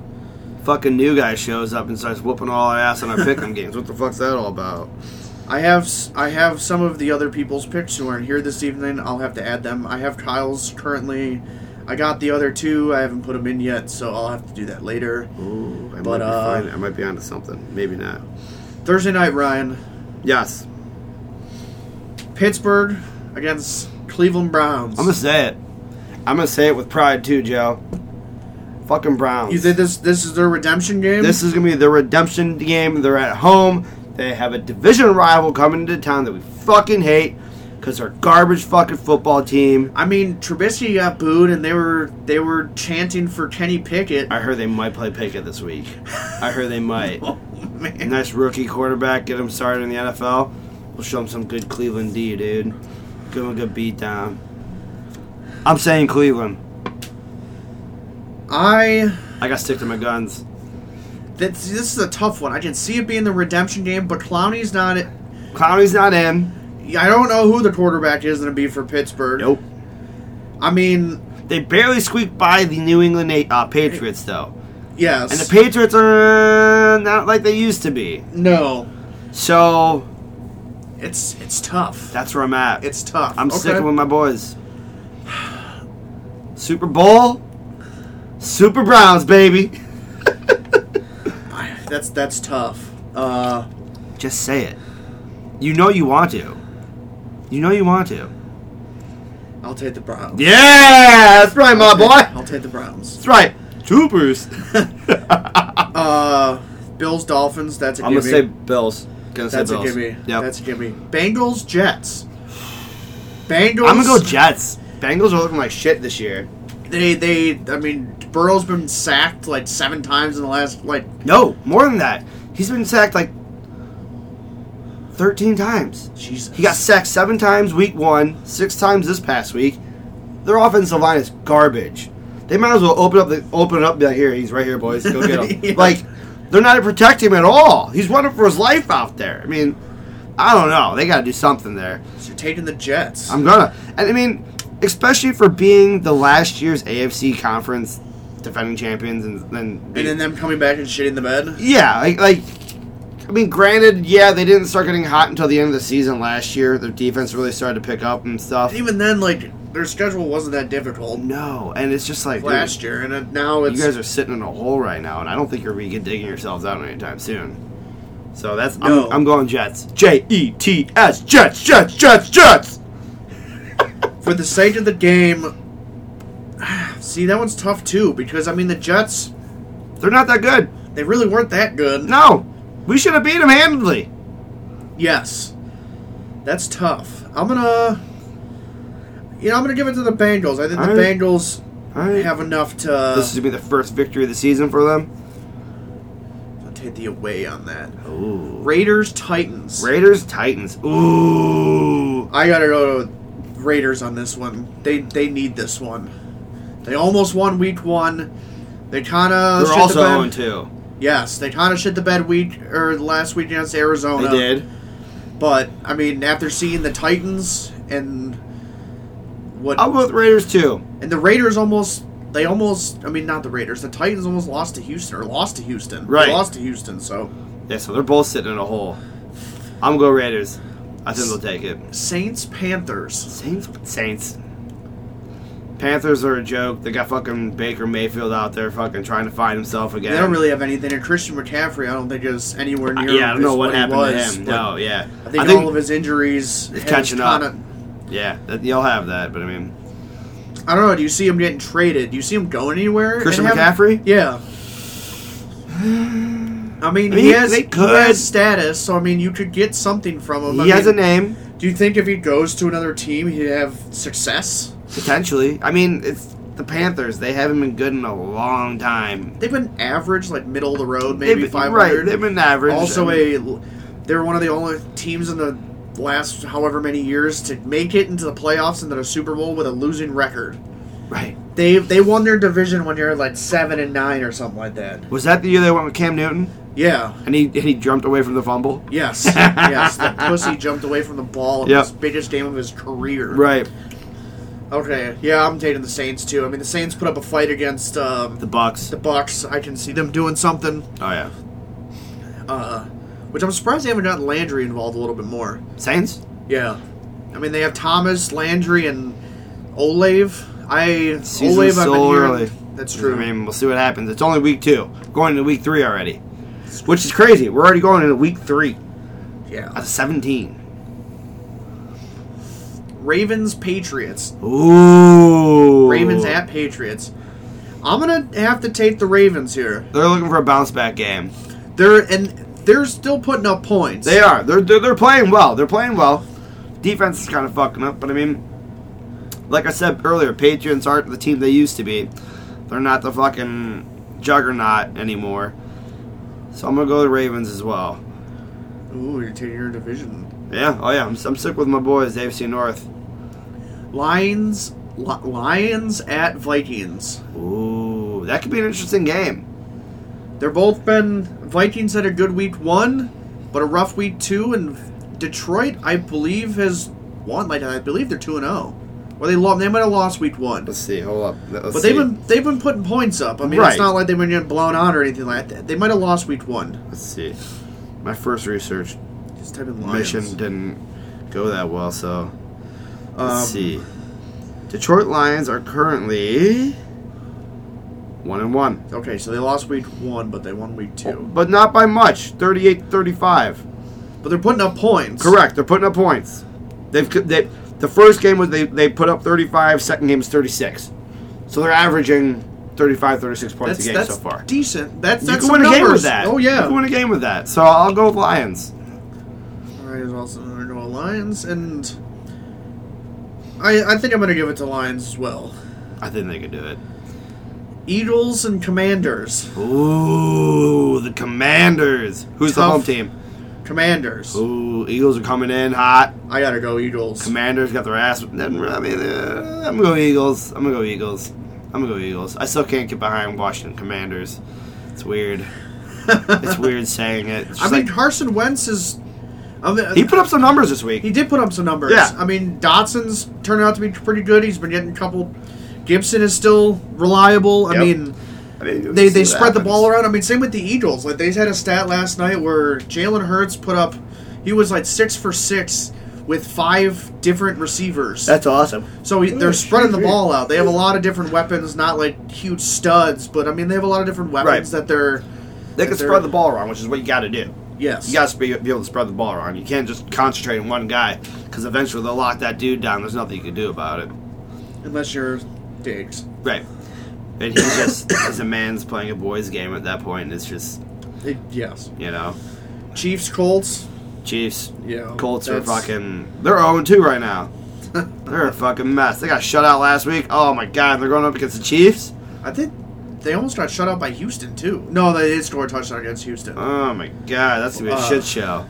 S2: Fucking new guy shows up and starts whooping all our ass on our pick'em games. What the fuck's that all about?
S1: I have s- I have some of the other people's picks who aren't here this evening. I'll have to add them. I have Kyle's currently. I got the other two. I haven't put them in yet, so I'll have to do that later.
S2: Ooh, I
S1: But,
S2: might be
S1: uh,
S2: fine. I might be onto something. Maybe not.
S1: Thursday night, Ryan.
S2: Yes,
S1: Pittsburgh against Cleveland Browns.
S2: I'm gonna say it. I'm gonna say it with pride too, Joe. Fucking Browns.
S1: you think this this is their redemption game?
S2: This is gonna be the redemption game. They're at home. They have a division rival coming into town that we fucking hate because they're garbage fucking football team.
S1: I mean, Trubisky got booed, and they were they were chanting for Kenny Pickett.
S2: I heard they might play Pickett this week. I heard they might.
S1: Oh man,
S2: Nice rookie quarterback. Get him started in the NFL. We'll show him some good Cleveland D, dude. Give him a good beat down. I'm saying Cleveland.
S1: I
S2: I got to stick to my guns.
S1: that's this is a tough one. I can see it being the redemption game, but Clowney's not. it.
S2: Clowney's not in.
S1: I don't know who the quarterback is going to be for Pittsburgh.
S2: Nope.
S1: I mean,
S2: They barely squeaked by the New England uh, Patriots, though.
S1: yes.
S2: And the Patriots are not like they used to be.
S1: no,
S2: So
S1: it's it's tough.
S2: that's where I'm at.
S1: It's tough.
S2: I'm
S1: Okay.
S2: sticking with my boys. Super Bowl, Super Browns, baby.
S1: I- That's that's tough. Uh,
S2: Just say it. You know you want to. You know you want to.
S1: I'll take the Browns.
S2: Yeah, that's right, my boy.
S1: I'll take the Browns.
S2: That's right, Troopers.
S1: Uh, Bills Dolphins. That's a
S2: I'm
S1: gimme.
S2: gonna say Bills. Gonna
S1: that's
S2: say
S1: a
S2: Bills.
S1: gimme.
S2: Yep.
S1: That's a gimme. Bengals Jets. Bengals.
S2: I'm gonna go Jets. Bengals are looking like shit this year.
S1: They they. I mean, Burrow's been sacked like seven times in the last like.
S2: No, more than that. He's been sacked like 13 times.
S1: Jesus.
S2: He got sacked seven times week one, six times this past week. Their offensive line is garbage. They might as well open up the open it up. and Be like, here, he's right here, boys. Go get him.
S1: Yeah.
S2: Like, they're not protecting him at all. He's running for his life out there. I mean, I don't know. They got to do something there.
S1: So you're taking the Jets.
S2: I'm gonna. And I mean, especially for being the last year's AFC conference defending champions, and then
S1: and then them coming back and shitting the bed.
S2: yeah, like, like I mean, granted, yeah, they didn't start getting hot until the end of the season last year. Their defense really started to pick up and stuff.
S1: And even then, like their schedule wasn't that difficult
S2: No, and it's just like dude,
S1: last year, and it- now it's
S2: you guys are sitting in a hole right now, and I don't think you're gonna be digging yourselves out anytime soon. So that's
S1: No.
S2: I'm, I'm going Jets. J E T S Jets Jets Jets Jets.
S1: for the sake of the game. See, that one's tough too because I mean the Jets,
S2: They're not that good.
S1: they really weren't that good.
S2: No, we should have beat them handily.
S1: Yes, that's tough. I'm gonna, you know, I'm gonna give it to the Bengals. I think the
S2: All right.
S1: Bengals
S2: All right.
S1: have enough to
S2: this is gonna be the first victory of the season for them.
S1: I'll take the away on that.
S2: Ooh.
S1: Raiders Titans.
S2: Raiders Titans. Ooh.
S1: I gotta go Raiders on this one. They they need this one. They almost won week one. They kind of
S2: They're also 0 2.
S1: Yes, they kind of shit the bed week or last week against
S2: They
S1: Arizona.
S2: did.
S1: But I mean, after seeing the Titans and what
S2: I'll go with Raiders too.
S1: and the Raiders almost they almost I mean not the Raiders the Titans almost lost to Houston or lost to Houston
S2: Right.
S1: they lost to Houston so
S2: Yeah, so they're both sitting in a hole. I'm gonna go Raiders. I think they'll take it.
S1: Saints Panthers
S2: Saints. Saints. Panthers are a joke. They got fucking Baker Mayfield out there, fucking trying to find himself again.
S1: they don't really have anything and Christian McCaffrey I don't think is anywhere near
S2: Uh, yeah, I don't know
S1: his-
S2: what
S1: he
S2: happened
S1: was,
S2: to him.
S1: but
S2: No, yeah.
S1: I think, all of his injuries
S2: It's
S1: has
S2: catching up.
S1: kinda-
S2: yeah, that, you'll have that. But I mean,
S1: I don't know do you see him getting traded do you see him going anywhere and
S2: Christian
S1: have-
S2: McCaffrey.
S1: Yeah. I mean,
S2: I mean,
S1: he has,
S2: they
S1: he
S2: could.
S1: has status, so I mean, you could get something from him. I
S2: He has a
S1: mean,
S2: name
S1: Do you think if he goes to another team, he'd have success?
S2: potentially. I mean, it's the Panthers. They haven't been good in a long time.
S1: They've been average, like middle of the road,
S2: They've
S1: maybe
S2: been-
S1: five
S2: Right,
S1: hundred.
S2: they've been average.
S1: also,
S2: I mean,
S1: a they're one of the only teams in the last however many years to make it into the playoffs and then a Super Bowl with a losing record.
S2: right.
S1: They they won their division when you're like seven and nine or something like that.
S2: Was that the year they went with Cam Newton?
S1: Yeah.
S2: and he and he jumped away from the fumble.
S1: Yes. yes. That pussy jumped away from the ball in
S2: Yep.
S1: his biggest game of his career.
S2: Right,
S1: Okay. Yeah, I'm taking the Saints too. I mean, the Saints put up a fight against um,
S2: the Bucks.
S1: the Bucks. I can see them doing something.
S2: Oh yeah,
S1: Uh, which I'm surprised they haven't gotten Landry involved a little bit more.
S2: Saints.
S1: Yeah. I mean, they have Thomas, Landry, and Olave. I
S2: Season's
S1: Olave. I've been
S2: so
S1: hearing-
S2: early.
S1: That's true.
S2: I mean, we'll see what happens. It's only week two, going into week three already, which is crazy. We're already going into week three.
S1: yeah.
S2: That's seventeen.
S1: Ravens, Patriots.
S2: Ooh,
S1: Ravens at Patriots. I'm gonna have to take the Ravens here.
S2: They're looking for a bounce back game.
S1: They're and they're still putting up points.
S2: They are. They're, they're they're playing well. They're playing well. Defense is kind of fucking up, but I mean, like I said earlier, Patriots aren't the team they used to be. They're not the fucking juggernaut anymore. So I'm gonna go with the Ravens as well.
S1: Ooh, you're taking your division.
S2: Yeah. Oh yeah. I'm, I'm sick with my boys, AFC North.
S1: Lions, Li- Lions at Vikings.
S2: Ooh, that could be an interesting game.
S1: They're both been Vikings had a good week one, but a rough week two, and Detroit, I believe, has won. Like I believe they're two and zero, or they lost. They might have lost week one.
S2: Let's see. Hold up.
S1: But
S2: Let's
S1: they've
S2: see.
S1: been they've been putting points up. I mean,
S2: Right.
S1: it's not like they've been getting blown out or anything like that. They might have lost week one.
S2: Let's see. My first research
S1: Just type in Lions.
S2: mission didn't go that well, so
S1: Um,
S2: Let's see. Detroit Lions are currently one and one,
S1: Okay, so they lost week one, but they won week two.
S2: but not by much. 38-35.
S1: But they're putting up points.
S2: Correct. They're putting up points. They've they, the first game was they they put up 35. Second game is 36. So they're averaging 35, 36 points
S1: That's
S2: a game
S1: that's
S2: so far.
S1: decent. That's that's
S2: you
S1: some
S2: can win a
S1: numbers.
S2: game with that.
S1: Oh
S2: you
S1: yeah.
S2: can win a game with that. So I'll go with Lions.
S1: All right, it's also gonna go Lions, and I I think I'm gonna give it to Lions as well.
S2: I think they can do it.
S1: Eagles and Commanders.
S2: Ooh, the Commanders. Who's
S1: Tough.
S2: the home team?
S1: Commanders.
S2: Ooh, Eagles are coming in hot.
S1: I gotta go Eagles.
S2: Commanders got their ass. I mean, uh, I'm gonna go Eagles. I'm gonna go Eagles. I'm gonna go Eagles. I still can't get behind Washington Commanders. It's weird. it's weird saying it. It's
S1: I
S2: just
S1: mean
S2: like-
S1: Carson Wentz is. I mean, uh,
S2: he put up some numbers this week.
S1: He did put up some numbers.
S2: Yeah.
S1: I mean, Dotson's turned out to be pretty good. He's been getting a couple. Gibson is still reliable. I
S2: Yep.
S1: mean,
S2: I mean,
S1: they,
S2: this
S1: they
S2: is what
S1: spread the
S2: happens.
S1: ball around. I mean, same with the Eagles. Like, they had a stat last night where Jalen Hurts put up, he was like six for six with five different receivers.
S2: That's awesome.
S1: so he, they're spreading the ball out. They have a lot of different weapons, not like huge studs, but I mean, they have a lot of different weapons that they're.
S2: They can
S1: They're-
S2: spread the ball around, which is what you got to do.
S1: Yes.
S2: You got to be, be able to spread the ball around. You can't just concentrate on one guy because eventually they'll lock that dude down. There's nothing you can do about it.
S1: Unless you're Diggs.
S2: Right. And he just is a man's playing a boy's game at that point. It's just
S1: It- yes.
S2: you know.
S1: Chiefs, Colts.
S2: Chiefs,
S1: Yeah.
S2: Colts are
S1: that's-
S2: fucking. They're 0 2 right now. they're a fucking mess. They got shut out last week. Oh my god, they're going up against the Chiefs?
S1: I think they almost got shut out by Houston too. No, they did score a touchdown against Houston.
S2: Oh my god, that's gonna be a
S1: Uh.
S2: shit show.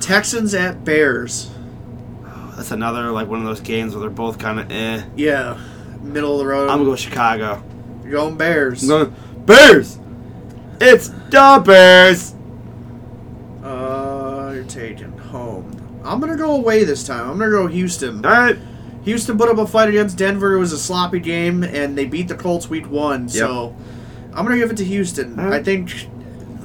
S1: Texans at Bears.
S2: That's another, like, one of those games where they're both kind of eh.
S1: Yeah, middle of the road.
S2: I'm gonna go Chicago.
S1: You're going Bears.
S2: I'm going Bears! It's the Bears!
S1: Uh, you're taking home. I'm gonna go away this time. I'm gonna go Houston.
S2: Alright.
S1: Houston put up a fight against Denver. It was a sloppy game, and they beat the Colts week one. So I'm gonna give it to Houston.
S2: All right.
S1: I think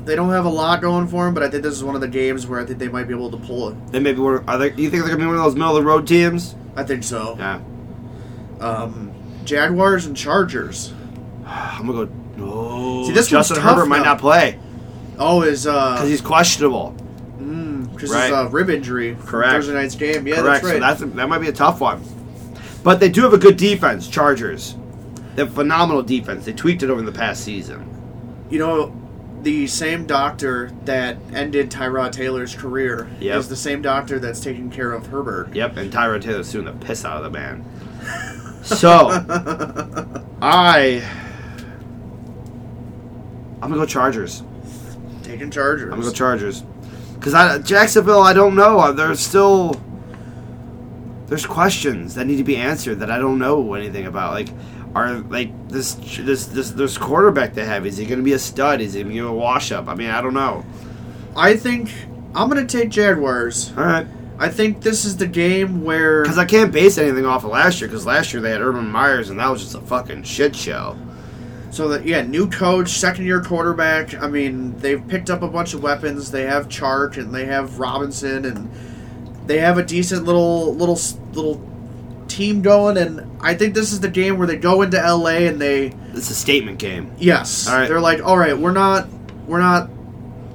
S1: they don't have a lot going for them, but I think this is one of the games where I think they might be able to pull it.
S2: They may be one of, are they, you think they're gonna be one of those middle of the road teams?
S1: I think so.
S2: Yeah.
S1: Um, Jaguars and Chargers.
S2: I'm gonna go. Oh,
S1: See, this one's
S2: Justin
S1: tough
S2: Herbert might
S1: now.
S2: not play
S1: Oh, is uh,
S2: because he's questionable.
S1: Because
S2: Right.
S1: it's a rib injury. from
S2: Correct.
S1: Thursday night's game. Yeah,
S2: Correct.
S1: that's right.
S2: So that's that might be a tough one. But they do have a good defense, Chargers. They have phenomenal defense. They tweaked it over the past season.
S1: you know, the same doctor that ended Tyrod Taylor's career
S2: Yep.
S1: is the same doctor that's taking care of Herbert.
S2: Yep, and Tyrod Taylor's suing the piss out of the man. So I I'm gonna go Chargers.
S1: Taking Chargers.
S2: I'm gonna go Chargers. Cause I Jacksonville, I don't know. There's still there's questions that need to be answered that I don't know anything about. Like, Are like this this this this quarterback they have? Is he going to be a stud? Is he going to be a wash up? I mean, I don't know.
S1: I think I'm going to take Jaguars.
S2: All right,
S1: I think this is the game where
S2: because I can't base anything off of last year because last year they had Urban Myers and that was just a fucking shit show.
S1: So that yeah, new coach, second year quarterback. I mean, they've picked up a bunch of weapons. They have Chark and they have Robinson and they have a decent little little little team going. And I think this is the game where they go into LA and they
S2: It's a statement game.
S1: yes,
S2: All right.
S1: they're like, all right, we're not we're not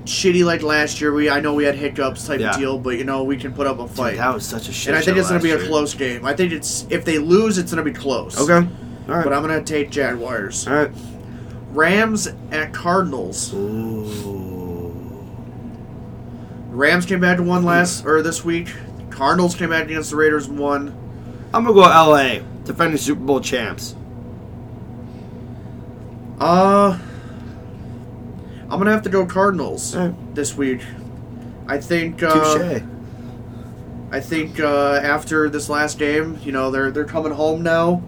S1: shitty like last year. We I know we had hiccups type
S2: Yeah.
S1: of deal, but you know we can put up a
S2: Dude,
S1: fight.
S2: that was such a shit.
S1: and I think
S2: show
S1: it's gonna
S2: last
S1: be a
S2: year.
S1: close game. I think it's if they lose, it's gonna be close.
S2: Okay, all right,
S1: But I'm gonna take Jaguars.
S2: all right.
S1: Rams at Cardinals.
S2: Ooh.
S1: Rams came back to one last or this week. Cardinals came back against the Raiders and won.
S2: I'm gonna go L.A. defending Super Bowl champs.
S1: Uh I'm gonna have to go Cardinals
S2: Alright.
S1: this week. I think uh,
S2: Eh. Touche.
S1: I think uh, after this last game, you know they're they're coming home now,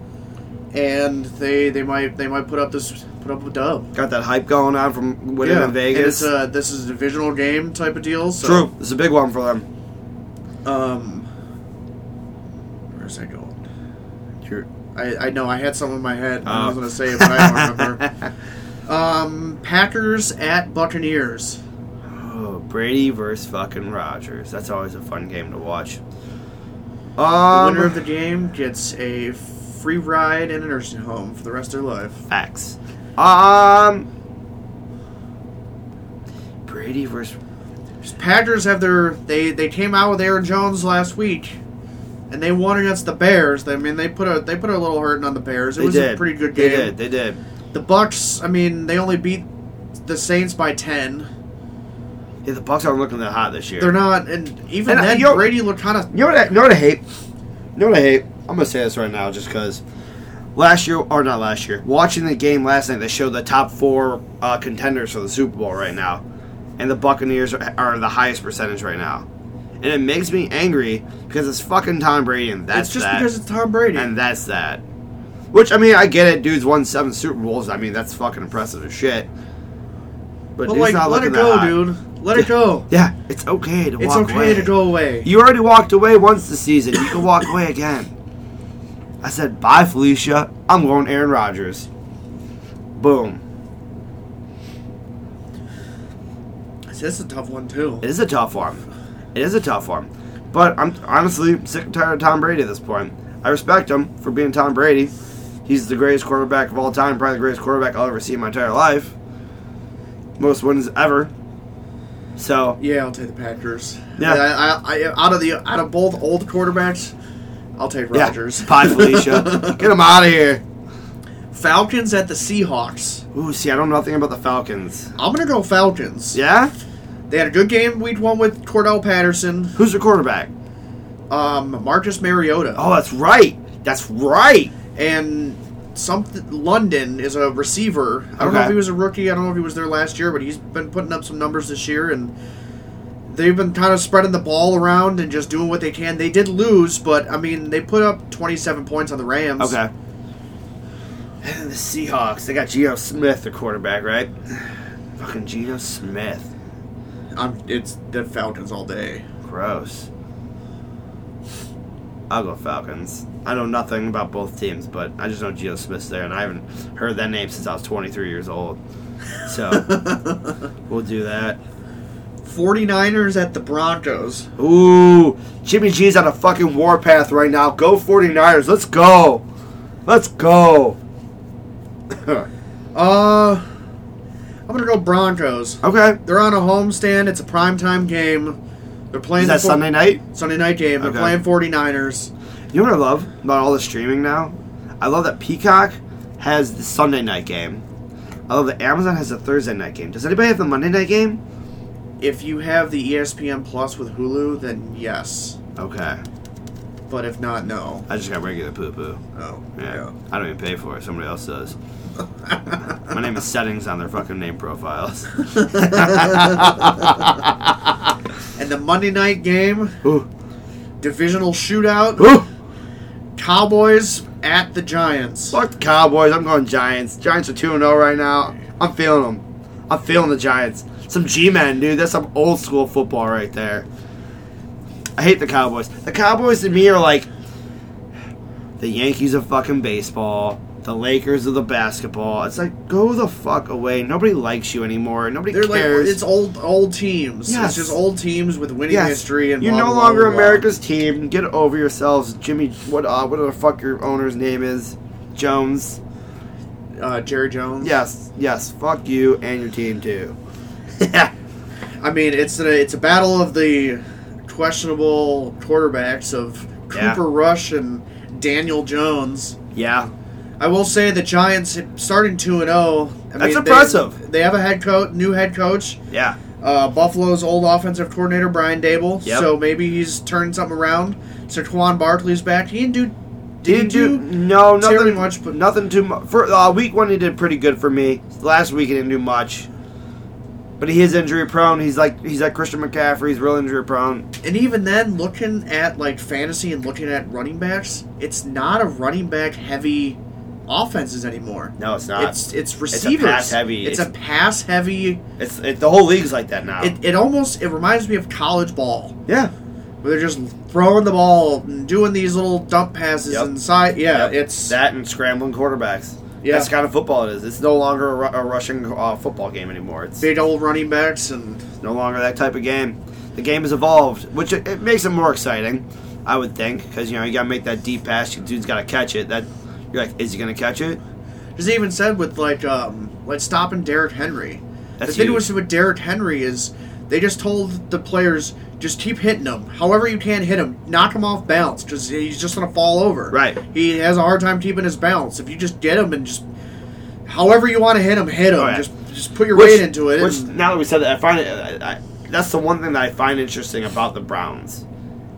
S1: and they they might they might put up this put up a dub.
S2: Got that hype going on from winning in
S1: and
S2: Vegas.
S1: it's, uh, this is a divisional game type of deal. So,
S2: True, it's a big one for them.
S1: Um, where's that going? I, I know I had some in my head. and I was
S2: Oh.
S1: gonna say it, but I don't remember. um, Packers at Buccaneers.
S2: Oh, Brady versus fucking Rogers. That's always a fun game to watch.
S1: The
S2: Um,
S1: winner of the game gets a free ride in a nursing home for the rest of their life.
S2: facts. Um, Brady versus
S1: Packers have their they they came out with Aaron Jones last week, and they won against the Bears. I mean they put a they put a little hurting on the Bears. It
S2: they
S1: was
S2: did
S1: a pretty good
S2: They
S1: game.
S2: did. They did.
S1: The Bucks. I mean they only beat the Saints by ten.
S2: Yeah, the Bucks aren't looking that hot this year.
S1: They're not, and even
S2: And, uh,
S1: then
S2: yo-
S1: Brady looked kind of
S2: You know what? I, you know what I hate? You know what I hate? I'm gonna say this right now, just because. Last year, or not last year, watching the game last night, they showed the top four uh, contenders for the Super Bowl right now, and the Buccaneers are, are the highest percentage right now, and it makes me angry because it's fucking Tom Brady, and that's
S1: It's just
S2: that,
S1: because it's Tom Brady.
S2: and that's that. Which I mean, I get it. Dude's won seven Super Bowls. I mean, that's fucking impressive as shit. But,
S1: But
S2: dude's
S1: like,
S2: not
S1: let
S2: looking
S1: it go,
S2: that hot.
S1: dude. Let it go.
S2: Yeah, it's okay to
S1: It's
S2: walk
S1: okay
S2: away.
S1: to go away.
S2: You already walked away once this season. You can walk away again. I said, bye, Felicia. I'm going Aaron Rodgers. Boom.
S1: This is a tough one too.
S2: It is a tough one. It is a tough one. But I'm honestly sick and tired of Tom Brady at this point. I respect him for being Tom Brady. He's the greatest quarterback of all time, probably the greatest quarterback I'll ever see in my entire life. Most wins ever. So,
S1: Yeah, I'll take the Packers.
S2: Yeah.
S1: I, I, I, out of the out of both old quarterbacks, I'll take
S2: yeah.
S1: Rodgers.
S2: Bye, Felicia. Get him out of here.
S1: Falcons at the Seahawks.
S2: Ooh, see, I don't know nothing about the Falcons.
S1: I'm gonna go Falcons.
S2: Yeah?
S1: They had a good game week one with Cordell Patterson,
S2: Who's the quarterback?
S1: um, Marcus Mariota,
S2: Oh, that's right. That's right.
S1: and something. London is a receiver. I don't know
S2: Okay.
S1: if he was a rookie. I don't know if he was there last year, but he's been putting up some numbers this year, and they've been kind of spreading the ball around and just doing what they can. They did lose, but I mean, they put up 27 points on the Rams.
S2: Okay. And then the Seahawks. They got Geno Smith, the quarterback, right? Fucking Geno Smith.
S1: I'm, it's the Falcons all day.
S2: Gross. I'll go Falcons. I know nothing about both teams, but I just know Geno Smith's there, and I haven't heard that name since I was 23 years old. So we'll do that.
S1: 49ers at the Broncos.
S2: Ooh, Jimmy G's on a fucking warpath right now. Go 49ers. Let's go. Let's go.
S1: Uh, I'm gonna go Broncos.
S2: okay.
S1: They're on a homestand. It's a primetime game. They're playing
S2: Is that
S1: the four-
S2: Sunday night?
S1: Sunday night game. They're
S2: Okay.
S1: playing 49ers.
S2: You know what I love about all the streaming now? I love that Peacock has the Sunday night game. I love that Amazon has the Thursday night game. Does anybody have the Monday night game?
S1: If you have the E ESPN Plus with Hulu, then yes.
S2: Okay.
S1: But if not, no.
S2: I just got regular poo poo.
S1: Oh,
S2: Yeah. I don't even pay for it. Somebody else does. My name is settings on their fucking name profiles.
S1: And the Monday night game,
S2: Ooh.
S1: divisional shootout,
S2: Ooh.
S1: Cowboys at the Giants.
S2: Fuck the Cowboys. I'm going Giants. Giants are 2 0 right now. I'm feeling them. I'm feeling the Giants. Some G men, dude. That's some old school football right there. I hate the Cowboys. The Cowboys to me are like the Yankees of fucking baseball. The Lakers are the basketball. It's like go the fuck away. Nobody likes you anymore. Nobody
S1: They're like
S2: cares.
S1: it's old old teams.
S2: Yes.
S1: It's just old teams with winning
S2: Yes.
S1: history and
S2: You're
S1: blah,
S2: no
S1: blah,
S2: longer
S1: blah, blah.
S2: America's team. Get over yourselves, Jimmy. What uh, what the fuck your owner's name is? Jones.
S1: Uh, Jerry Jones.
S2: Yes, yes. Fuck you and your team too. yeah.
S1: I mean it's a it's a battle of the questionable quarterbacks of Cooper
S2: Yeah.
S1: Rush and Daniel Jones.
S2: Yeah.
S1: I will say the Giants starting two and zero.
S2: That's impressive.
S1: They have a head coach, new head coach,
S2: Yeah.
S1: uh, Buffalo's old offensive coordinator Brian Dable.
S2: Yep.
S1: So maybe he's turned something around. So Quan Barkley's back. He didn't do.
S2: Did
S1: Did, he
S2: you?
S1: do?
S2: No, nothing
S1: terribly much, but-
S2: nothing too much. For uh, week one, he did pretty good for me. Last week, he didn't do much. But he is injury prone. He's like he's like Christian McCaffrey. He's real injury prone.
S1: And even then, looking at like fantasy and looking at running backs, it's not a running back heavy offenses anymore.
S2: No, it's not. It's
S1: It's it's
S2: a
S1: receivers.
S2: pass-heavy-
S1: It's,
S2: it's-
S1: a pass heavy.
S2: it's, the whole league's like that now.
S1: It, it almost it reminds me of college ball.
S2: yeah,
S1: where they're just throwing the ball and doing these little dump passes
S2: Yep.
S1: inside. Yeah,
S2: Yep.
S1: it's
S2: that and scrambling quarterbacks.
S1: Yeah.
S2: that's the kind of football it is. It's no longer a, ru- a rushing uh, football game anymore. It's
S1: big old running backs and
S2: no longer that type of game. The game has evolved, which it, it makes it more exciting, I would think, because you know you gotta make that deep pass. Your dude's gotta catch it. That you're like, is he gonna catch it?
S1: just even said with like um like stopping Derrick Henry.
S2: That's
S1: the thing
S2: huge.
S1: was with Derrick Henry is they just told the players just keep hitting him. However you can hit him, knock him off balance because he's just gonna fall over.
S2: Right.
S1: He has a hard time keeping his balance. If you just get him and just however you want to hit him, hit him.
S2: Oh, yeah.
S1: Just just put your weight into it.
S2: Which
S1: and-
S2: now that we said that, I find it. I, I, that's the one thing that I find interesting about the Browns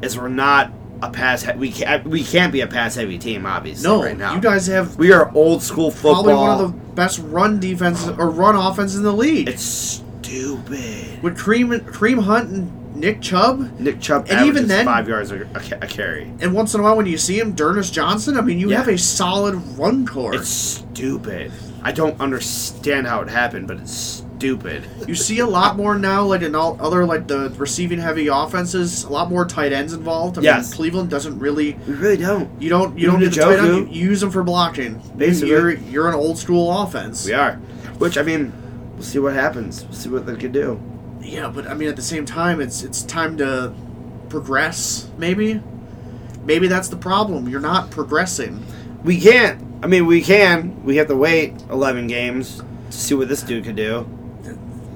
S2: is we're not a pass. He- we can't. We can't be a pass heavy team, obviously.
S1: no,
S2: right now
S1: you guys have
S2: we are old school football.
S1: probably one of the best run defenses or run offense in the league.
S2: it's stupid.
S1: with Cream Cream Hunt and Nick Chubb,
S2: Nick Chubb
S1: And
S2: averages
S1: even then-
S2: five yards a, a ca- a carry.
S1: and once in a while when you see him, Dernis Johnson. I mean, you
S2: Yeah.
S1: have a solid run core.
S2: It's stupid. I don't understand how it happened, but it's stupid.
S1: you see a lot more now, like in all other like the receiving heavy offenses, a lot more tight ends involved. I
S2: Yes.
S1: mean, Cleveland doesn't really.
S2: We really don't.
S1: You don't. You
S2: Even
S1: don't get the tight
S2: Njoku.
S1: end. You, you use them for blocking.
S2: Basically.
S1: you're you're an old school offense.
S2: We are. Which I mean, we'll see what happens. We'll see what they can do.
S1: Yeah, but I mean, at the same time, it's it's time to progress. Maybe, maybe that's the problem. You're not progressing.
S2: We can't. I mean, we can. We have to wait 11 games to see what this dude could do.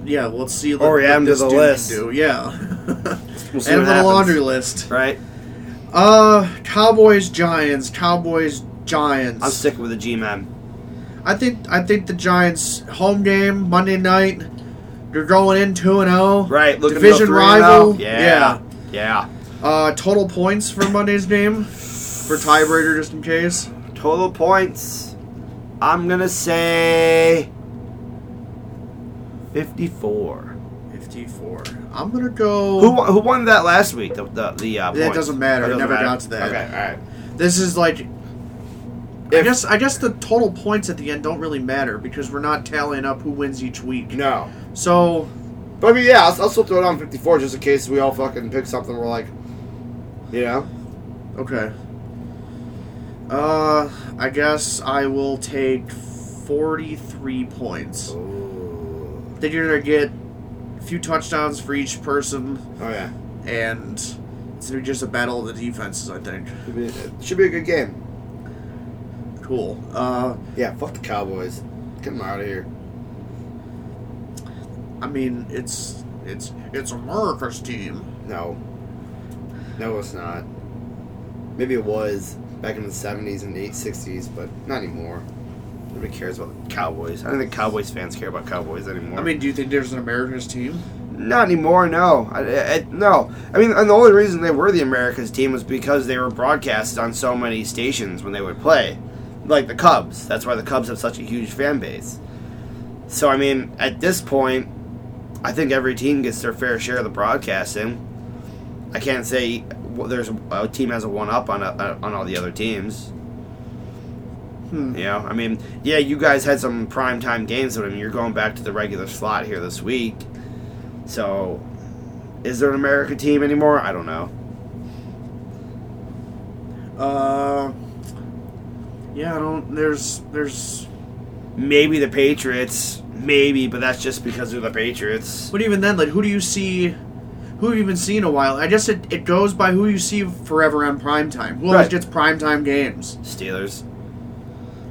S1: Yeah, well, let's see.
S2: Or
S1: what
S2: add 'em E to
S1: this dude
S2: the
S1: can
S2: list.
S1: Do. Yeah,
S2: We'll see
S1: add 'em to the
S2: what happens.
S1: laundry list.
S2: Right?
S1: Uh, Cowboys, Giants, Cowboys, Giants.
S2: I'm sick with the G-Man.
S1: I think I think the Giants home game Monday night. They're going in two and zero.
S2: Right? Looking to go
S1: Division
S2: 3 and
S1: rival?
S2: oh. Yeah. yeah.
S1: Uh, total points for Monday's game for tiebreaker, just in case.
S2: Total points. I'm going to say 54.
S1: Fifty four. I'm gonna go.
S2: Who won, who won that last week? The the, the uh,
S1: It
S2: points?
S1: doesn't matter.
S2: Oh,
S1: It never got to that.
S2: Okay, all right.
S1: This is like. I
S2: If-
S1: guess I guess the total points at the end don't really matter because we're not tallying up who wins each week.
S2: No,
S1: So
S2: but I mean, yeah, I'll, I'll still throw it on 54 just in case we all fucking pick something. We're like, you know,
S1: Okay. Uh, I guess I will take 43 points.
S2: oh
S1: Then you're gonna get a few touchdowns for each person,
S2: Oh, yeah,
S1: and it's gonna be just a battle of the defenses, I think.
S2: should be, it should be a good game.
S1: Cool. Uh,
S2: Yeah, fuck the Cowboys, get them out of here.
S1: I mean, it's it's it's America's team.
S2: No, no, it's not. Maybe it was back in the 70s and 8 60s, but not anymore. Nobody cares about the Cowboys. I don't think Cowboys fans care about Cowboys anymore.
S1: I mean, do you think there's an America's team?
S2: Not anymore. No, I, I, I- no. I mean, and the only reason they were the America's team was because they were broadcast on so many stations when they would play, like the Cubs. That's why the Cubs have such a huge fan base. So I mean, at this point, I think every team gets their fair share of the broadcasting. I uh, can't say w- there's a team has a one up on a, on all the other teams. You know, I mean, yeah, you guys had some primetime games, but I mean, you're going back to the regular slot here this week. So, is there an America team anymore? I don't know.
S1: Uh, yeah, I don't. There's there's,
S2: Maybe the Patriots, maybe, but that's just because they're the Patriots.
S1: but even then, like, who do you see? Who have you been seeing a while? I guess it, it goes by who you see forever on primetime. Well,
S2: Right.
S1: it's just primetime games.
S2: Steelers.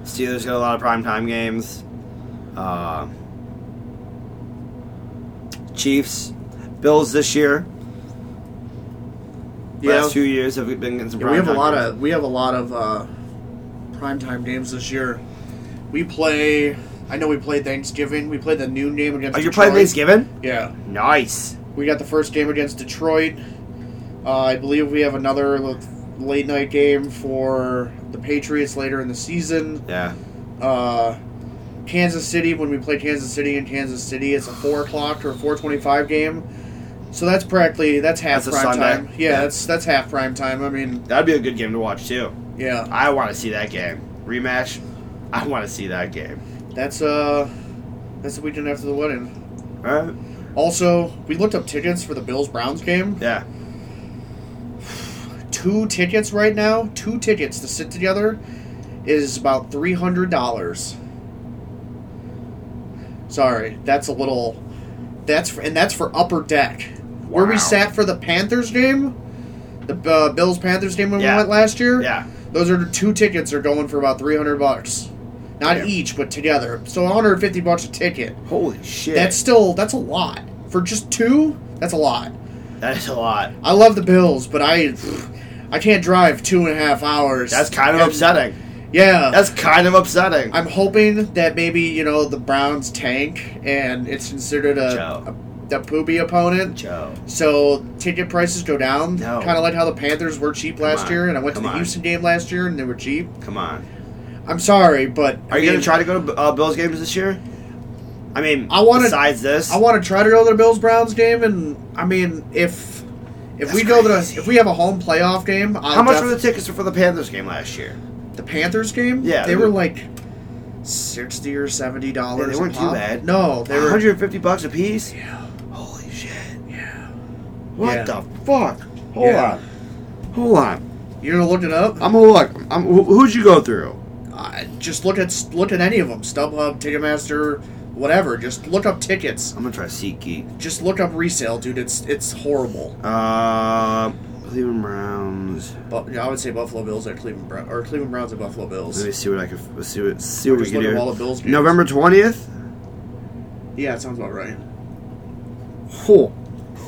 S2: Steelers got a lot of primetime games. Uh, Chiefs, Bills this year.
S1: Yeah,
S2: Last few years have been getting some.
S1: Yeah, we have a
S2: primetime
S1: lot
S2: games.
S1: of we have a lot of uh, primetime games this year. We play. I know we played Thanksgiving. We played the noon game against.
S2: Oh, you're
S1: Detroit.
S2: playing Thanksgiving?
S1: Yeah,
S2: Nice.
S1: we got the first game against Detroit. Uh, I believe we have another l- late night game for the Patriots later in the season.
S2: Yeah.
S1: Uh, Kansas City when we play Kansas City in Kansas City, it's a four o'clock or four twenty-five game. So that's practically that's half
S2: That's a
S1: prime
S2: Sunday.
S1: time. Yeah,
S2: Yeah.
S1: that's that's half prime time. I mean,
S2: That'd be a good game to watch too.
S1: yeah.
S2: I want to see that game rematch. I want to see that game.
S1: That's uh, that's the weekend after the wedding.
S2: Alright.
S1: Also, we looked up tickets for the Bills Browns game.
S2: Yeah.
S1: Two tickets right now. Two tickets to sit together is about three hundred dollars. Sorry, that's a little. That's for, and that's for upper deck, where
S2: Wow.
S1: we sat for the Panthers game, the uh, Bills Panthers game when
S2: Yeah.
S1: we went last year.
S2: Yeah.
S1: Those are two tickets are going for about three hundred bucks, not
S2: Yeah.
S1: each but together. So one hundred fifty bucks a ticket.
S2: Holy shit.
S1: That's still that's a lot for just two. That's a lot.
S2: that is a lot.
S1: I love the Bills, but I I can't drive two and a half hours.
S2: That's kind of
S1: And-
S2: upsetting.
S1: Yeah,
S2: That's kind of upsetting.
S1: I'm hoping that maybe you know the Browns tank and it's considered
S2: Joe.
S1: a, a, a poopy opponent.
S2: Joe.
S1: So ticket prices go down,
S2: No.
S1: kind of like how the Panthers were cheap last
S2: on.
S1: year, and I went
S2: Come
S1: to the
S2: on.
S1: Houston game last year and they were cheap.
S2: Come on.
S1: I'm sorry, but
S2: Are you gonna try to go to uh, Bills games this year? I mean,
S1: I wanna-
S2: Besides this,
S1: I want to try to go to the Bills Browns game, and I mean, if if we
S2: That's
S1: go to
S2: crazy.
S1: the, if we have a home playoff game, I'll
S2: how much
S1: uh, def-
S2: were the tickets for the Panthers game last year?
S1: the Panthers game?
S2: Yeah,
S1: they
S2: they
S1: were
S2: were-
S1: like sixty or seventy dollars.
S2: Yeah, they weren't too bad.
S1: No, they were.
S2: 150 bucks a piece.
S1: Yeah,
S2: Holy shit.
S1: yeah.
S2: What
S1: Yeah.
S2: the fuck? Hold
S1: Yeah.
S2: on. Hold on.
S1: You're gonna look it up.
S2: I'm gonna look. I'm, wh- who'd you go through?
S1: I, just look at look at any of them: StubHub, Ticketmaster, whatever. Just look up tickets.
S2: I'm gonna try SeatGeek.
S1: Just look up resale, dude. It's it's horrible.
S2: Uh, Cleveland Browns.
S1: But yeah, I would say Buffalo Bills or Cleveland Brown or Cleveland Browns and Buffalo
S2: Let
S1: Bills.
S2: me see what I can let's see what see what we
S1: Just
S2: can
S1: look
S2: do.
S1: at all the Bills games.
S2: November twentieth.
S1: Yeah, it sounds about right.
S2: Oh.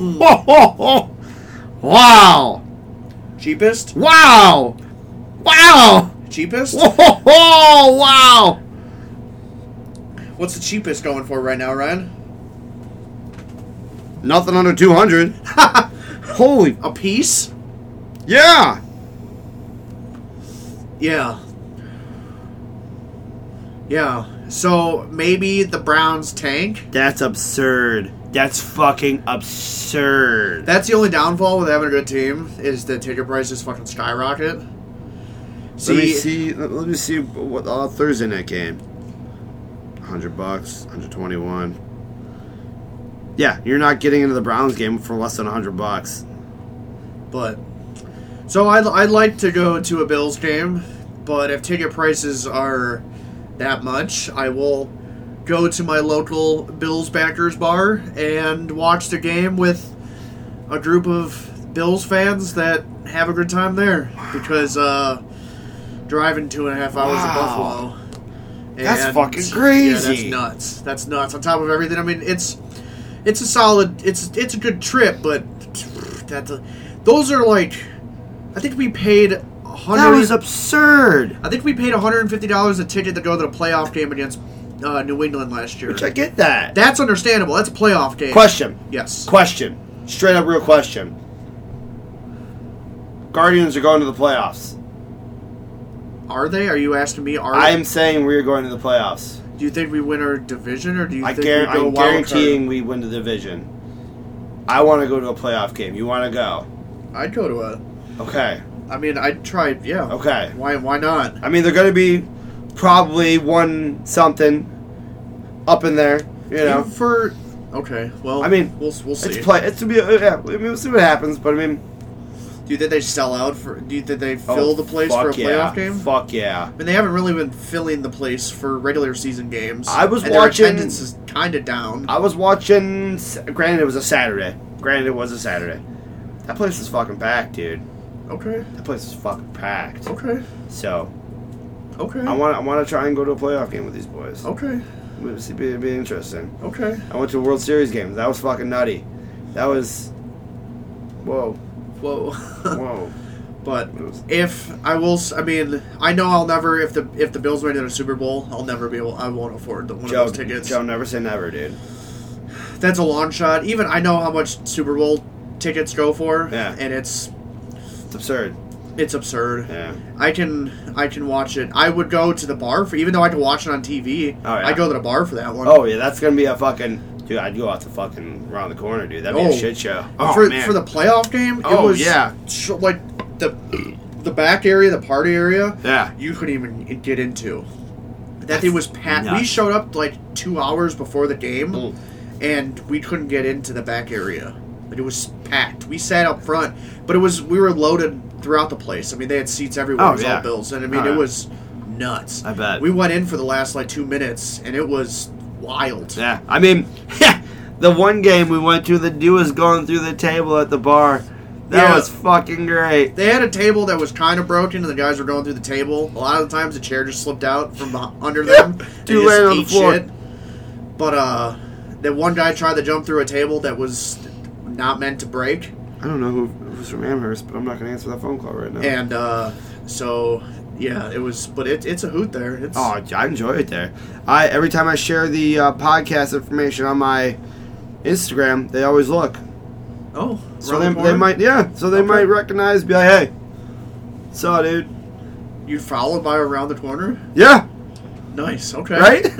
S2: Oh, oh, oh. Wow!
S1: Cheapest?
S2: Wow! Wow!
S1: Cheapest?
S2: Oh, oh, oh, wow!
S1: What's the cheapest going for right now, Ryan?
S2: Nothing under two hundred. Holy
S1: A piece?
S2: yeah!
S1: Yeah. Yeah. So maybe the Browns tank.
S2: That's absurd. That's fucking absurd.
S1: That's the only downfall with having a good team is the ticket prices fucking skyrocket. See,
S2: let me see. Let, let me see what uh, Thursday night game. Hundred bucks, hundred twenty-one. Yeah, you're not getting into the Browns game for less than hundred bucks.
S1: but so I I like to go to a Bills game, but if ticket prices are that much, I will go to my local Bills backers bar and watch the game with a group of Bills fans that have a good time there because uh, driving two and a half hours to
S2: Wow.
S1: Buffalo.
S2: That's
S1: and-
S2: fucking
S1: Yeah, that's
S2: crazy.
S1: nuts. That's nuts. On top of everything, I mean, it's it's a solid. It's it's a good trip, but that's a, those are like, I think we paid a
S2: That
S1: hundred.
S2: was absurd.
S1: I think we paid one hundred and fifty dollars a ticket to go to the playoff game against uh, New England last year.
S2: Which I get that.
S1: That's understandable. That's a playoff game.
S2: Question.
S1: Yes.
S2: Question. Straight up real question. Guardians are going to the playoffs.
S1: Are they? Are you asking me? Are
S2: I am saying we're going to the playoffs.
S1: Do you think we win our division, or do you
S2: I
S1: think
S2: guar-
S1: we go wild
S2: I'm guaranteeing we win the division. I want to go to a playoff game. You want to go?
S1: card? I'd go to a.
S2: Okay.
S1: I mean, I'd try. Yeah.
S2: Okay.
S1: Why? Why not?
S2: I mean, they're going to be probably one something up in there. You know,
S1: for okay. Well,
S2: I mean,
S1: we'll we'll see.
S2: it's play. It's to be. uh, Yeah, I mean, we'll see what happens. But I mean,
S1: do you think they sell out for? Do you think they fill
S2: oh,
S1: the place for a
S2: fuck
S1: playoff
S2: yeah.
S1: game?
S2: Fuck yeah.
S1: I mean, they haven't really been filling the place for regular season games.
S2: I was
S1: and
S2: watching-
S1: Their attendance is kind of down.
S2: I was watching. Granted, it was a Saturday. Granted, it was a Saturday. That place is fucking packed, dude.
S1: okay.
S2: That place is fucking packed.
S1: Okay.
S2: So
S1: Okay.
S2: I want. I want to try and go to a playoff game with these boys.
S1: okay.
S2: It'd be, it'd be interesting.
S1: Okay.
S2: I went to a World Series game. That was fucking nutty. That was. Whoa,
S1: Whoa.
S2: whoa.
S1: but
S2: It was-
S1: if I will, s- I mean, I know I'll never if the if the Bills made it a Super Bowl, I'll never be able. I won't afford the one
S2: Joe,
S1: of those tickets.
S2: Joe, never say never, dude.
S1: That's a long shot. Even I know how much Super Bowl tickets go for,
S2: Yeah.
S1: and it's
S2: It's absurd.
S1: it's absurd.
S2: Yeah.
S1: I can I can watch it. I would go to the bar for even though I can watch it on TV.
S2: Oh, yeah.
S1: I go to the bar for that one.
S2: Oh yeah, that's gonna be a fucking dude. I'd go out to fucking around the corner, dude. That'd be
S1: Oh.
S2: a shit show.
S1: But
S2: Oh
S1: for,
S2: man.
S1: for the playoff game, it
S2: Oh,
S1: was
S2: yeah.
S1: sh- like the the back area, the party area,
S2: yeah.
S1: you couldn't even get into. That
S2: That's
S1: thing was packed. We
S2: nuts.
S1: showed up like two hours before the game,
S2: Mm.
S1: and we couldn't get into the back area. But it was packed. We sat up front, but it was we were loaded throughout the place. I mean, they had seats everywhere.
S2: Oh,
S1: it was
S2: yeah.
S1: all Bills, and I mean,
S2: Oh,
S1: it
S2: yeah.
S1: was nuts.
S2: I bet.
S1: We went in for the last like two minutes, and it was wild.
S2: Yeah, I mean, the one game we went to, the dude was going through the table at the bar. That
S1: Yeah.
S2: was fucking great.
S1: They had a table that was kind of broken, and the guys were going through the table. A lot of the times, the chair just slipped out from beh- under them. and
S2: Dude
S1: just
S2: landed on the
S1: ate
S2: floor.
S1: But uh, that one guy tried to jump through a table that was not meant to break,
S2: I don't know who who's from Amherst, but I'm not gonna answer that phone call right now.
S1: and uh, so yeah, it was. But it, it's a hoot there. It's
S2: Oh, I enjoy it there. I every time I share the uh, podcast information on my Instagram, they always look.
S1: oh,
S2: So
S1: around
S2: they,
S1: the
S2: they
S1: corner?
S2: might, yeah. So they
S1: Okay.
S2: might recognize, be like, hey, saw dude.
S1: you followed by around the corner.
S2: Yeah,
S1: Nice. Okay.
S2: right.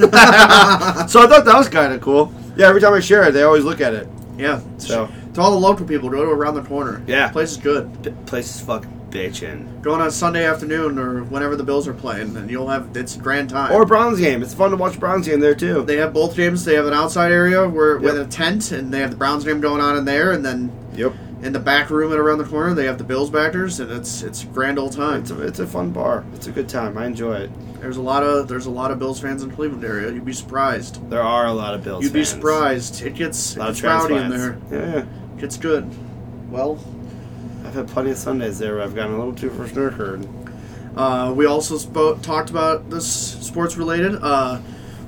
S2: so I thought that was kind of cool. Yeah, every time I share it, they always look at it.
S1: yeah.
S2: So-
S1: to all the local people, go to around the corner.
S2: Yeah.
S1: place is good.
S2: place is fucking bitching.
S1: Go on a Sunday afternoon or whenever the Bills are playing, and you'll have it's a grand time.
S2: Or Browns game. It's fun to watch Browns game there too.
S1: They have both games. They have an outside area where with
S2: Yep.
S1: a tent, and they have the Browns game going on in there, and then
S2: Yep.
S1: in the back room and around the corner they have the Bills backers, and it's it's a grand old time.
S2: It's a, it's a fun bar. It's a good time. I enjoy it.
S1: There's a lot of there's a lot of Bills fans in Cleveland area. You'd be surprised.
S2: There are a lot of Bills.
S1: You'd be
S2: fans.
S1: surprised. It gets
S2: A
S1: it
S2: lot of
S1: gets rowdy in there.
S2: transplants. Yeah, yeah.
S1: It gets good. Well,
S2: I've had plenty of Sundays there where I've gotten a little too for snurker.
S1: uh, we also spoke talked about this sports related. Uh,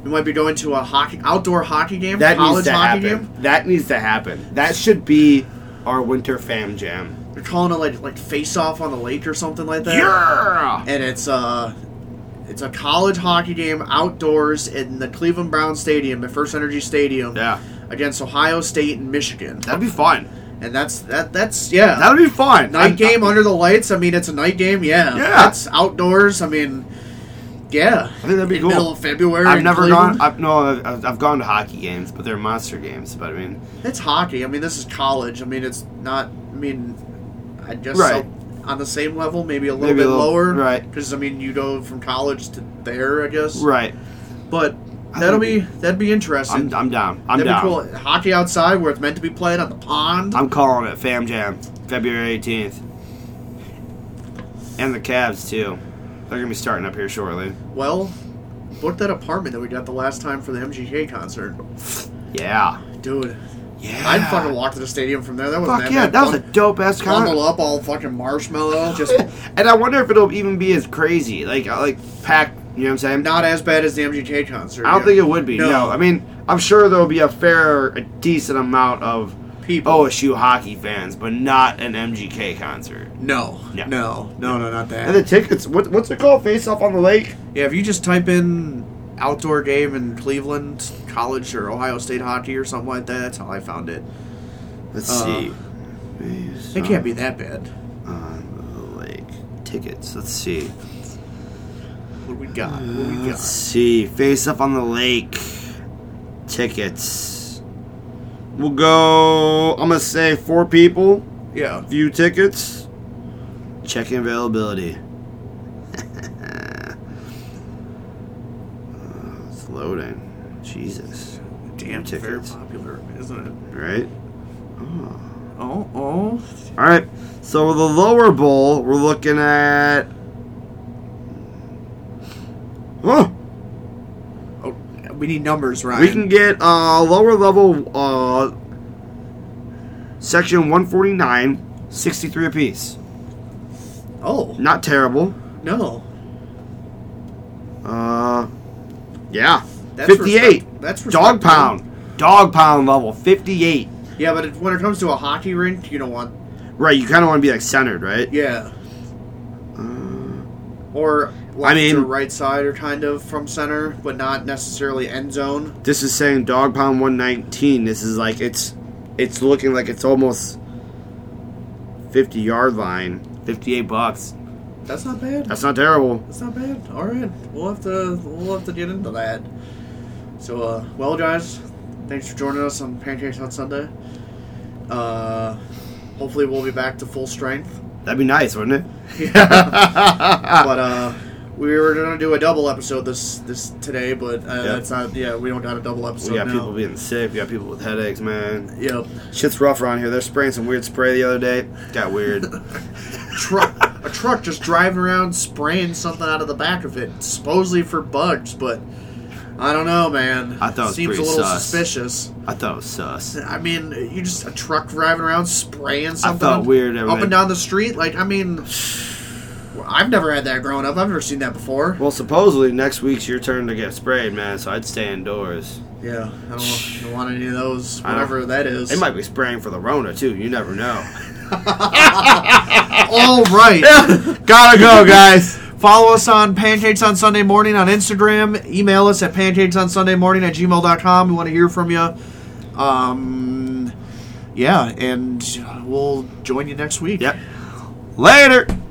S1: we might be going to a hockey outdoor hockey game,
S2: That
S1: college
S2: needs to
S1: hockey
S2: happen.
S1: game.
S2: That needs to happen. That should be our winter fam jam.
S1: They're calling it like like face off on the lake or something like that.
S2: Yeah.
S1: and it's a it's a college hockey game outdoors in the Cleveland Brown Stadium, at First Energy Stadium,
S2: Yeah.
S1: against Ohio State and Michigan.
S2: That'd be fun.
S1: And that's that that's yeah.
S2: That'd be fun.
S1: night
S2: I'm-
S1: game under the lights. I mean, it's a night game. Yeah,
S2: Yeah.
S1: It's outdoors. I mean, yeah.
S2: I think that'd be
S1: In Middle
S2: cool.
S1: of February.
S2: I've
S1: in
S2: never
S1: Cleveland.
S2: gone. I've, no, I've, I've gone to hockey games, but they're monster games. But I mean,
S1: It's hockey. I mean, this is college. I mean, it's not. I mean, I guess
S2: Right.
S1: on the same level, maybe a little
S2: Maybe a
S1: bit
S2: little-
S1: lower.
S2: right.
S1: Because I mean, you go from college to there. I guess.
S2: right.
S1: But
S2: I
S1: that'll
S2: think-
S1: be that'd be interesting.
S2: I'm, I'm down. I'm
S1: that'd
S2: down.
S1: be cool. Hockey outside where it's meant to be played on the pond.
S2: I'm calling it Fam Jam, February 18th. And the Cavs, too. They're going to be starting up here shortly.
S1: well, book that apartment that we got the last time for the MGK concert,
S2: Yeah.
S1: dude.
S2: Yeah.
S1: I'd fucking walk to the stadium from there. That was
S2: Fuck
S1: that
S2: yeah,
S1: bad.
S2: that was a
S1: Bun-
S2: dope ass
S1: bundle
S2: concert.
S1: up all fucking marshmallow, just
S2: and I wonder if it'll even be as crazy. Like, uh, like packed, you know what I'm saying?
S1: not as bad as the MGK concert.
S2: I don't
S1: yeah.
S2: think it would be. No.
S1: No.
S2: I mean, I'm sure there'll be a fair, a decent amount of
S1: people.
S2: OSU hockey fans, but not an MGK concert.
S1: no,
S2: Yeah.
S1: no, no, no, not that.
S2: And the tickets, what, what's it called? Face Off on the Lake?
S1: Yeah, if you just type in outdoor game in Cleveland college or Ohio State hockey or something like that, that's how I found it.
S2: Let's
S1: Uh,
S2: see.
S1: It can't be that bad.
S2: on the lake. Tickets. Let's see.
S1: What we got? What we
S2: Let's
S1: got?
S2: see. Face up on the lake. Tickets. We'll go. I'm gonna say four people.
S1: Yeah.
S2: View tickets. Check availability. Loading. Jesus.
S1: Damn, very
S2: tickets.
S1: popular, isn't it?
S2: Right? Oh.
S1: Oh, oh.
S2: All right. So the lower bowl, we're looking at. Oh,
S1: oh we need numbers, Ryan.
S2: we can get uh, lower level uh, section 149, 63 apiece.
S1: Oh
S2: Not terrible.
S1: no,
S2: Uh, yeah.
S1: that's
S2: 58.
S1: respect- that's
S2: Dog
S1: respectable.
S2: pound. Dog pound level 58.
S1: Yeah, but it, when it comes to a hockey rink, you don't want.
S2: Right, you kind of want to be like centered, right?
S1: Yeah,
S2: Uh,
S1: or left
S2: I mean-
S1: or right side, or kind of from center, but not necessarily end zone.
S2: this is saying dog pound 119 this is like it's it's looking like it's almost 50 yard line 58 bucks
S1: That's not bad.
S2: that's not terrible
S1: That's not bad. All right, we'll have to we'll have to get into that. So, uh, well, guys, thanks for joining us on Pancakes on Sunday. Uh, hopefully, we'll be back to full strength.
S2: that'd be nice wouldn't it
S1: but uh, we were gonna do a double episode this this today, but uh, that's not. Yeah, we don't got a double episode
S2: we got
S1: now.
S2: people being sick we got people with headaches man
S1: yep.
S2: shit's rough around here they're spraying some weird spray the other day got weird
S1: truck a truck just driving around spraying something out of the back of it, supposedly for bugs, but I don't know, man.
S2: I thought it was
S1: seems a
S2: pretty
S1: little
S2: sus.
S1: suspicious.
S2: i thought it was sus
S1: I mean, you just a truck driving around spraying
S2: i
S1: something
S2: thought weird
S1: up and
S2: everything.
S1: down the street. Like, I mean, I've never had that growing up. I've never seen that before.
S2: well supposedly next week's your turn to get sprayed man so i'd stay indoors
S1: Yeah, I don't, don't want any of those.
S2: I don't-
S1: Whatever that is.
S2: they might be spraying for the rona too you never know
S1: All right.
S2: gotta go guys
S1: Follow us on Pancakes on Sunday Morning on Instagram. Email us at pancakesonsundayMorning at gmail.com. We want to hear from you. Um, yeah, and we'll join you next week.
S2: yep later